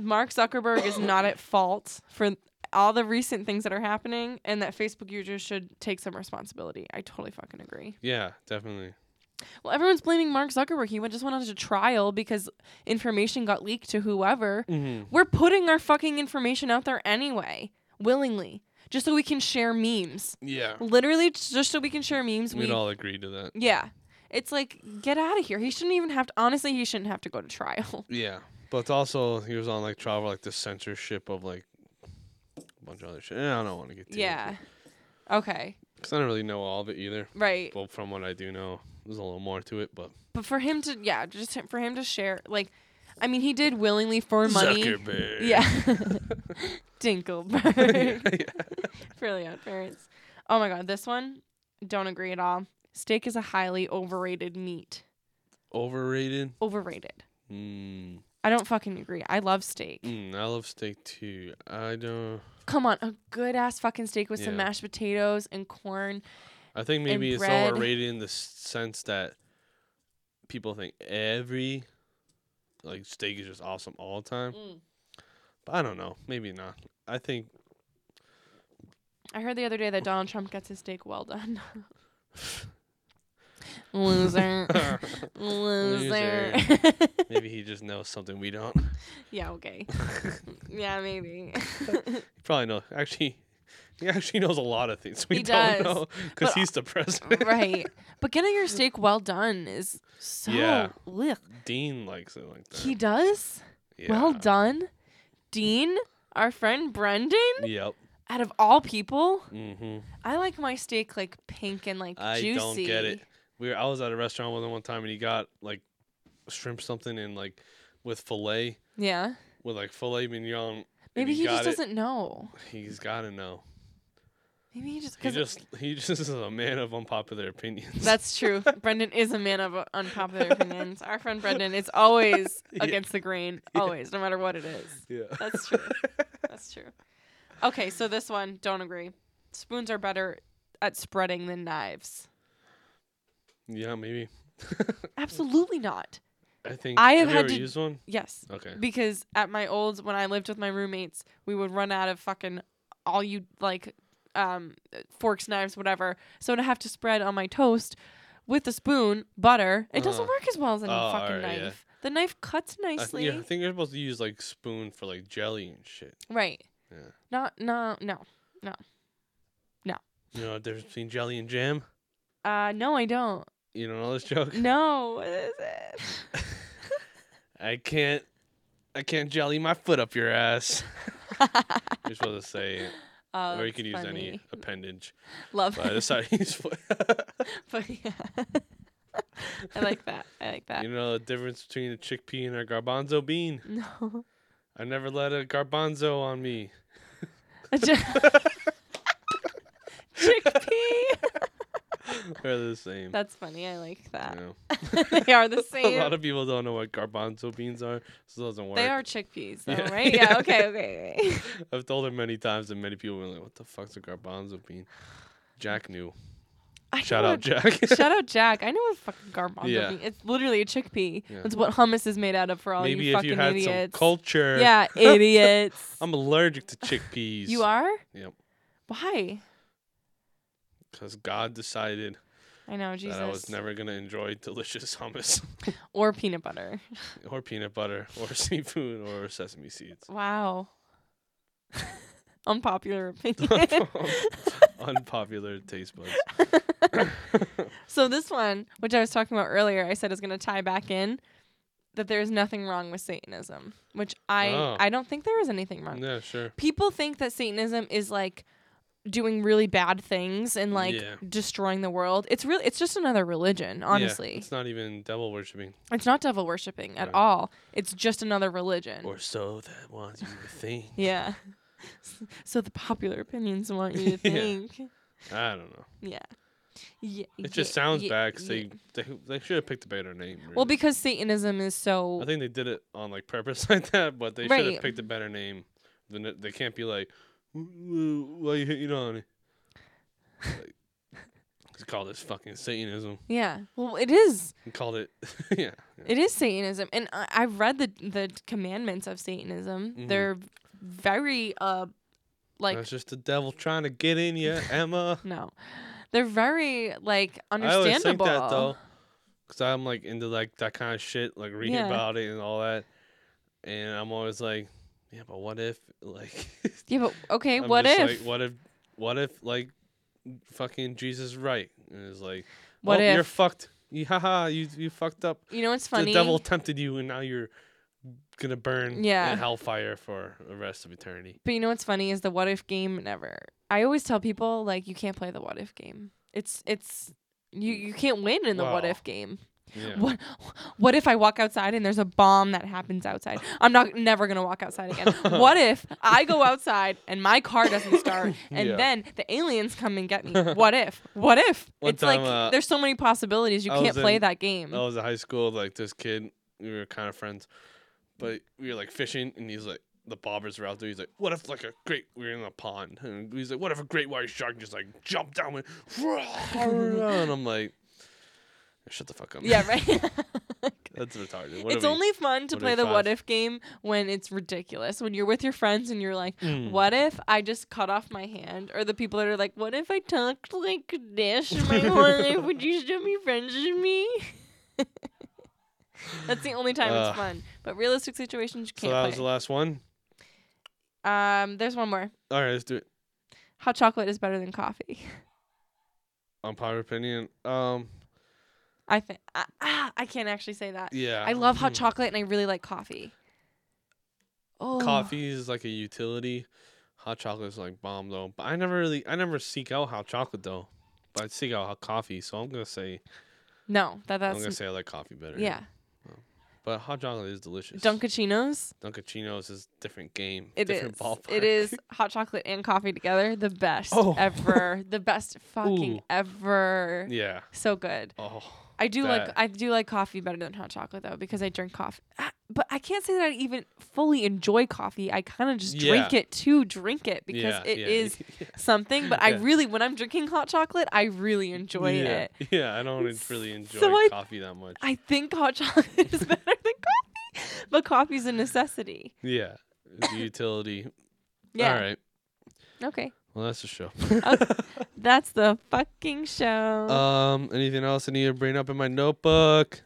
Mark Zuckerberg is not at fault for all the recent things that are happening and that Facebook users should take some responsibility. I totally fucking agree.
Yeah, definitely.
Well, everyone's blaming Mark Zuckerberg. He went, just went on to trial because information got leaked to whoever.
Mm-hmm.
We're putting our fucking information out there anyway, willingly. just so we can share memes.
Yeah.
Literally, just so we can share memes.
We'd
We,
all agree to that.
yeah. It's like get out of here. He shouldn't even have to. Honestly, he shouldn't have to go to trial.
Yeah. But also, he was on like trial for like the censorship of like a bunch of other shit. And I don't want to get too
yeah. Okay.
Because I don't really know all of it either.
Right.
But from what I do know, there's a little more to it. But
But for him to yeah, just him, for him to share like, I mean, he did willingly for money. (laughs)
Zuckerberg.
Yeah.
yeah,
(laughs) Dinkelberg.
(laughs) yeah.
(laughs) Brilliant parents. Oh my god, this one don't agree at all. Steak is a highly overrated meat.
Overrated.
Overrated.
Mm.
I don't fucking agree. I love steak.
Mm, I love steak too. I don't.
Come on, a good ass fucking steak with some
Yeah.
mashed potatoes and corn.
I think maybe it's
bread.
overrated in the s- sense that people think every like steak is just awesome all the time. But I don't know. Maybe not. I think (laughs)
I heard the other day that Donald Trump gets his steak well
(laughs)
done. Loser.
(laughs)
Loser. (laughs)
maybe he just knows something we don't.
yeah, okay. yeah, maybe.
He (laughs) probably knows. Actually, he actually knows a lot of things we
He
don't
does.
know because
But-
he's the
(laughs)
president.
(laughs) right. But getting your steak well done is so
Yeah.
ugh.
Dean likes it like that.
He does?
Yeah.
Well done. Dean, our friend Brendan,
Yep.
out of all people,
Mm-hmm.
I like my steak like pink and like
I
juicy.
don't get it. We were, I was at a restaurant with him one time and he got like shrimp something and like with filet
Yeah.
with like filet mignon. and
Maybe he, just
got it.
doesn't know.
He's got to know.
Maybe he just
He
cuz
just he (laughs) just is a man of unpopular
(laughs)
opinions.
That's
(laughs)
true. Brendan is a man of uh, unpopular opinions. Our friend Brendan is always
(laughs) Yeah.
against the grain, always, no matter what it is.
yeah.
That's true. That's true. Okay, so this one, don't agree. Spoons are better at spreading than knives.
yeah, maybe.
Absolutely not.
I think
I have
you
had
ever
to-
used one.
Yes.
Okay.
Because at my old, when I lived with my roommates, we would run out of fucking all you like um, forks, knives, whatever. So to have to spread on my toast with a spoon butter, it doesn't
Uh-huh.
work as well as a
Oh,
fucking
alright,
knife.
yeah.
The knife cuts
I, th-
nicely.
yeah, I think you're supposed to use like spoon for like jelly and shit.
Right.
Yeah.
Not, no, no.
You know the difference between jelly and jam?
Uh, no, I don't.
You don't know this joke?
No. What is it?
I can't I can't jelly my foot up
(laughs)
your ass. (laughs) You're supposed to say it.
Oh,
or you
that's
could use any
funny. (laughs)
appendage.
Love
But I
it.
decided to use foot.
(laughs) But yeah. (laughs) I like that. I like that.
you know the difference between a chickpea and a garbanzo bean? (laughs)
No. (laughs)
I never let a garbanzo on me.
A chi- Chickpea.
They're the same.
That's funny. I like
you
that.
know.
uh, (laughs) they are the
(laughs) A lot
same.
of people don't know what garbanzo beans are, so it doesn't work.
They are chickpeas, though,
Yeah.
right?
(laughs)
Yeah. Okay. Okay. okay. (laughs)
I've told her many times, and many people were like, "What the fuck's a garbanzo bean?"
(laughs)
Jack knew.
I
Shout
know
out,
what-
Jack.
(laughs) Shout out Jack. I know what fucking garbanzo
(laughs) Yeah.
means. It's literally a chickpea.
Yeah.
That's what hummus is made out of for all
(laughs) Maybe
you
if
fucking
you had
idiots.
some culture. (laughs)
Yeah, (laughs) idiots.
I'm allergic to chickpeas.
you are?
Yep.
Why?
Because God decided
I know, Jesus.
that I was never gonna enjoy delicious hummus, (laughs)
or peanut butter.
or peanut butter, or (laughs) seafood, or sesame seeds.
Wow. (laughs) Unpopular opinion.
(laughs)
(laughs)
Unpopular taste buds.
so this one, which I was talking about earlier, I said is going to tie back in that there's nothing wrong with Satanism, which I
Oh.
I don't think there is anything wrong.
Yeah, sure.
People think that Satanism is like doing really bad things and like
Yeah.
destroying the world. It's really it's just another religion,
Yeah,
honestly.
it's not even devil worshipping.
It's not devil worshipping at
Right.
all. It's just another religion.
Or so that was you to think.
yeah. (laughs) So the popular opinions want you to
(laughs) Yeah.
think.
I don't know.
Yeah. Yeah.
It just sounds bad 'cause bad because they, they they should have picked a better name.
Well,
really.
because Satanism is so
I think they did it on like purpose (laughs) like that, but they should
Right.
have picked a better name. Then it- they can't be like, "Wh- wh- why you hating on it? Like, just called this fucking Satanism.
yeah. Well, it is.
And called it, (laughs) yeah, yeah.
It is Satanism, and I, I've read the the commandments of Satanism.
Mhm.
They're very uh, like
That's just the devil trying to get
(laughs)
in you, Emma.
no, they're very like
I always think
understandable.
that though, because I'm like into like that kind of shit, like reading
Yeah.
about it and all that, and I'm always like, yeah, but what if (laughs) like.
Yeah, but okay,
I'm
what
just
if?
Like, what if what if like fucking Jesus right and it's like
What
"Oh,
if
you're fucked. You, (laughs) haha, you you fucked up.
you know what's funny?
The devil tempted you and now you're gonna burn
Yeah.
in hellfire for the rest of eternity.
But you know what's funny is the what if game never. I always tell people like you can't play the what if game. It's it's you you can't win in the what
Well,
if game.
Yeah.
What what if I walk outside and there's a bomb that happens outside? I'm not never gonna walk outside
(laughs)
again. what if I go outside and my car doesn't
(laughs)
start and
Yeah.
then the aliens come and get
(laughs)
me? What if? What if?
One
it's like
time, uh,
there's so many possibilities. You
I
can't
was
play
in- Oh.
that game.
I was at high school, like this kid, we were kind of friends, but we were like fishing, and he's like, the bobbers were out there. He's like, what if like a great, we were in a pond, and he's like, what if a great white shark just like jumped down and, (laughs) and I'm like, shut the fuck up.
(laughs) Yeah, right.
(laughs) That's retarded. What
it's
are we-
only fun to
what are
play
we
the what
five?
if game when it's ridiculous. When you're with your friends and you're like,
Mm.
what if I just cut off my hand? Or the people that are like, what if I talked like this
(laughs)
my whole life? Would you still be friends with me? (laughs) That's the only time
Uh,
it's fun. But realistic situations you
So that
can't
was the
play.
last one.
um, there's one more.
All right, let's do it.
Hot chocolate is better than coffee. (laughs)
Unpopular opinion. Um,
I think ah, ah, I can't actually say that.
yeah.
I love hot
Hmm.
chocolate and I really like coffee. Oh,
Coffee is like a utility. Hot chocolate is like bomb though. But I never really, I never seek out hot chocolate though. But I seek out hot coffee. So I'm gonna say,
No, that
I'm
that's
gonna say I like coffee better.
yeah.
But hot chocolate is delicious.
Dunkachinos.
Dunkachinos is different game.
It is.
different ballpark.
It is hot chocolate and coffee together. The best
Oh. (laughs)
ever. The best fucking
Ooh.
ever.
Yeah.
So good.
Oh.
I do like
That-
I do like coffee better than hot chocolate though because I drink coffee. Ah, But I can't say that I even fully enjoy coffee. I kind of just drink
Yeah.
it to drink it because
yeah,
it is
yeah, (laughs) yeah.
something. But I
Yeah.
really when I'm drinking hot chocolate, I really enjoy
yeah.
it.
Yeah, I don't en- really enjoy
I-
coffee that much.
I think hot chocolate (laughs) is better than coffee. But coffee's a necessity.
yeah. It's a utility.
Yeah.
All right.
Okay.
Well, that's
(laughs)
the show.
That's the fucking show.
(laughs) um, anything else I need to bring up in my notebook?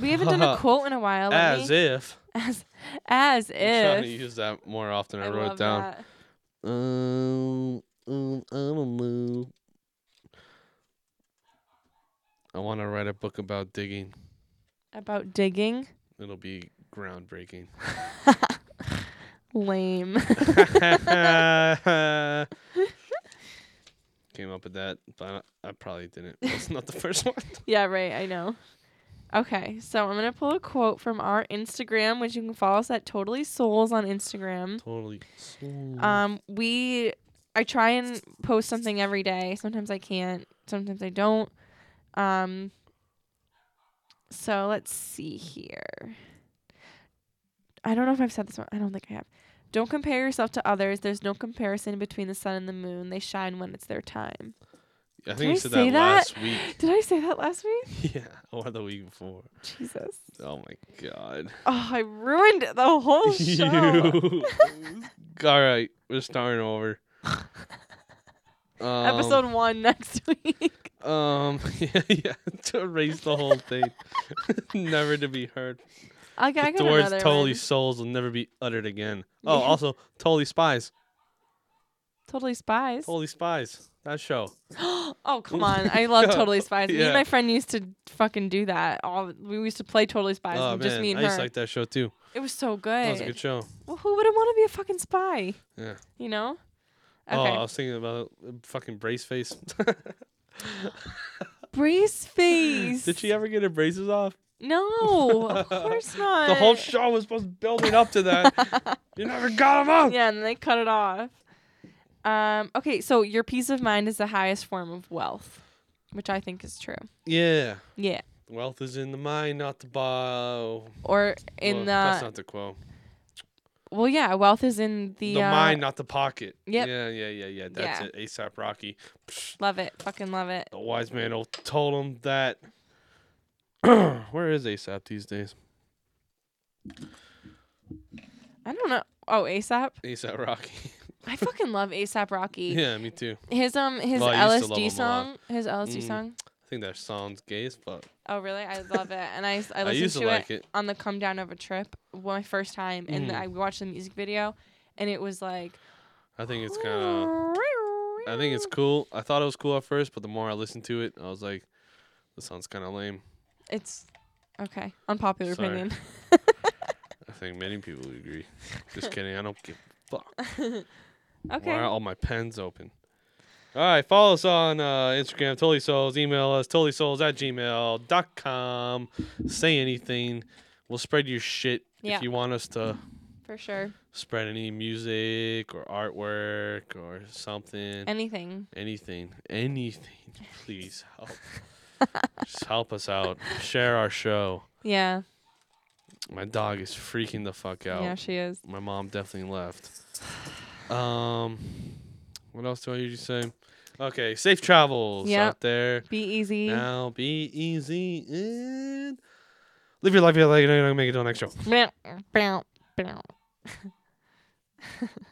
We haven't done a
(laughs)
quote in a while. let
As
me-
if.
(laughs) as as
I'm trying to
if.
use that more often. I,
I
wrote
love
it down.
that.
Um, um, I don't know. I want to write a book about digging.
About digging.
It'll be groundbreaking.
(laughs) Lame. (laughs)
Came up with that, but I, I probably didn't. (laughs) It's not the
(laughs)
first one.
yeah, right. I know. Okay, so I'm gonna pull a quote from our Instagram, which you can follow us at Totally Souls on Instagram.
Totally. Mm-hmm.
Um, we I try and post something every day. Sometimes I can't. Sometimes I don't. Um. So let's see here. I don't know if I've said this one. I don't think I have. Don't compare yourself to others. There's no comparison between the sun and the moon. They shine when it's their time.
I
did
think you
I
said
say
that,
that?
last week. (laughs)
Did I say that last week?
yeah, or the week before.
Jesus.
Oh my god.
Oh, I ruined the
(laughs)
whole show.
You. (laughs) All right, we're starting over. Um,
(laughs) Episode one next (laughs) week.
Um, (laughs) yeah, yeah, to erase the whole thing, (laughs) never to be heard.
Okay, I
the
got
words
another
"totally
one.
souls" will never be
(laughs)
uttered again. Oh,
Yeah.
also "totally spies,"
Totally spies.
"totally spies." That show.
(gasps) oh come on! I love Totally Spies. Me and
(laughs) Yeah.
my friend used to fucking do that. All we used to play Totally Spies,
Oh
and just
man,
me and
I used
her.
to like that show too.
it was so good.
That was a good show.
well, who wouldn't want to be a fucking spy?
Yeah.
You know?
Oh,
Okay.
I was thinking about uh, fucking brace face. (laughs) (gasps)
Brace face. (laughs)
Did she ever get her braces off?
No,
(laughs)
of course not.
The whole show was supposed to be building up to that. you never got them
(laughs)
off.
Yeah, and then they cut it off. Um, okay, so your peace of mind is the highest form of wealth, which I think is true.
yeah.
Yeah.
Wealth is in the mind, not the bow.
Or in
well, that's
the
not the quote.
well, yeah, wealth is in the,
The,
uh,
mind, not the pocket.
yep.
Yeah, yeah, yeah, yeah. That's
Yeah.
it. ASAP Rocky. Psh,
uh, Love it, fucking love it.
the wise man old told him that. (clears throat) Where is ASAP these days?
I don't know. Oh, ASAP.
ASAP Rocky. (laughs)
I fucking love ASAP Rocky.
yeah, me too.
His um his
Well, I used to love
LSD
him a lot.
song, his LSD
Mm.
song.
I think that sounds gay as fuck.
Oh, really? I love it. And I s- I
(laughs) I
listened
used to,
to, it,
like it.
on the come down of a trip my first time, and
Mhm.
I watched the music video, and it was like
I think it's kind of. I think it's cool. I thought it was cool at first, but the more I listened to it, I was like, this sounds kind of lame.
It's okay. Unpopular
Sorry.
opinion. (laughs)
I think many people would agree.
(laughs)
Just kidding. I don't give a fuck.
okay.
Why are all my pens open? All right, follow us on uh, Instagram, Totally Souls. Email us, TotallySouls at gmail.com. Say anything. We'll spread your shit
Yeah.
if you want us to
For sure.
spread any music or artwork or something.
Anything.
anything. Anything. Please
(laughs)
help. Just help us out. Share our show.
Yeah.
My dog is freaking the fuck out.
Yeah, she is.
My mom definitely left. Um, what else do I usually say? Okay, safe travels
Yep.
out there.
Be easy.
Now be easy and live your life. You're like, you're not gonna make it till next show.
Bow, bow, bow.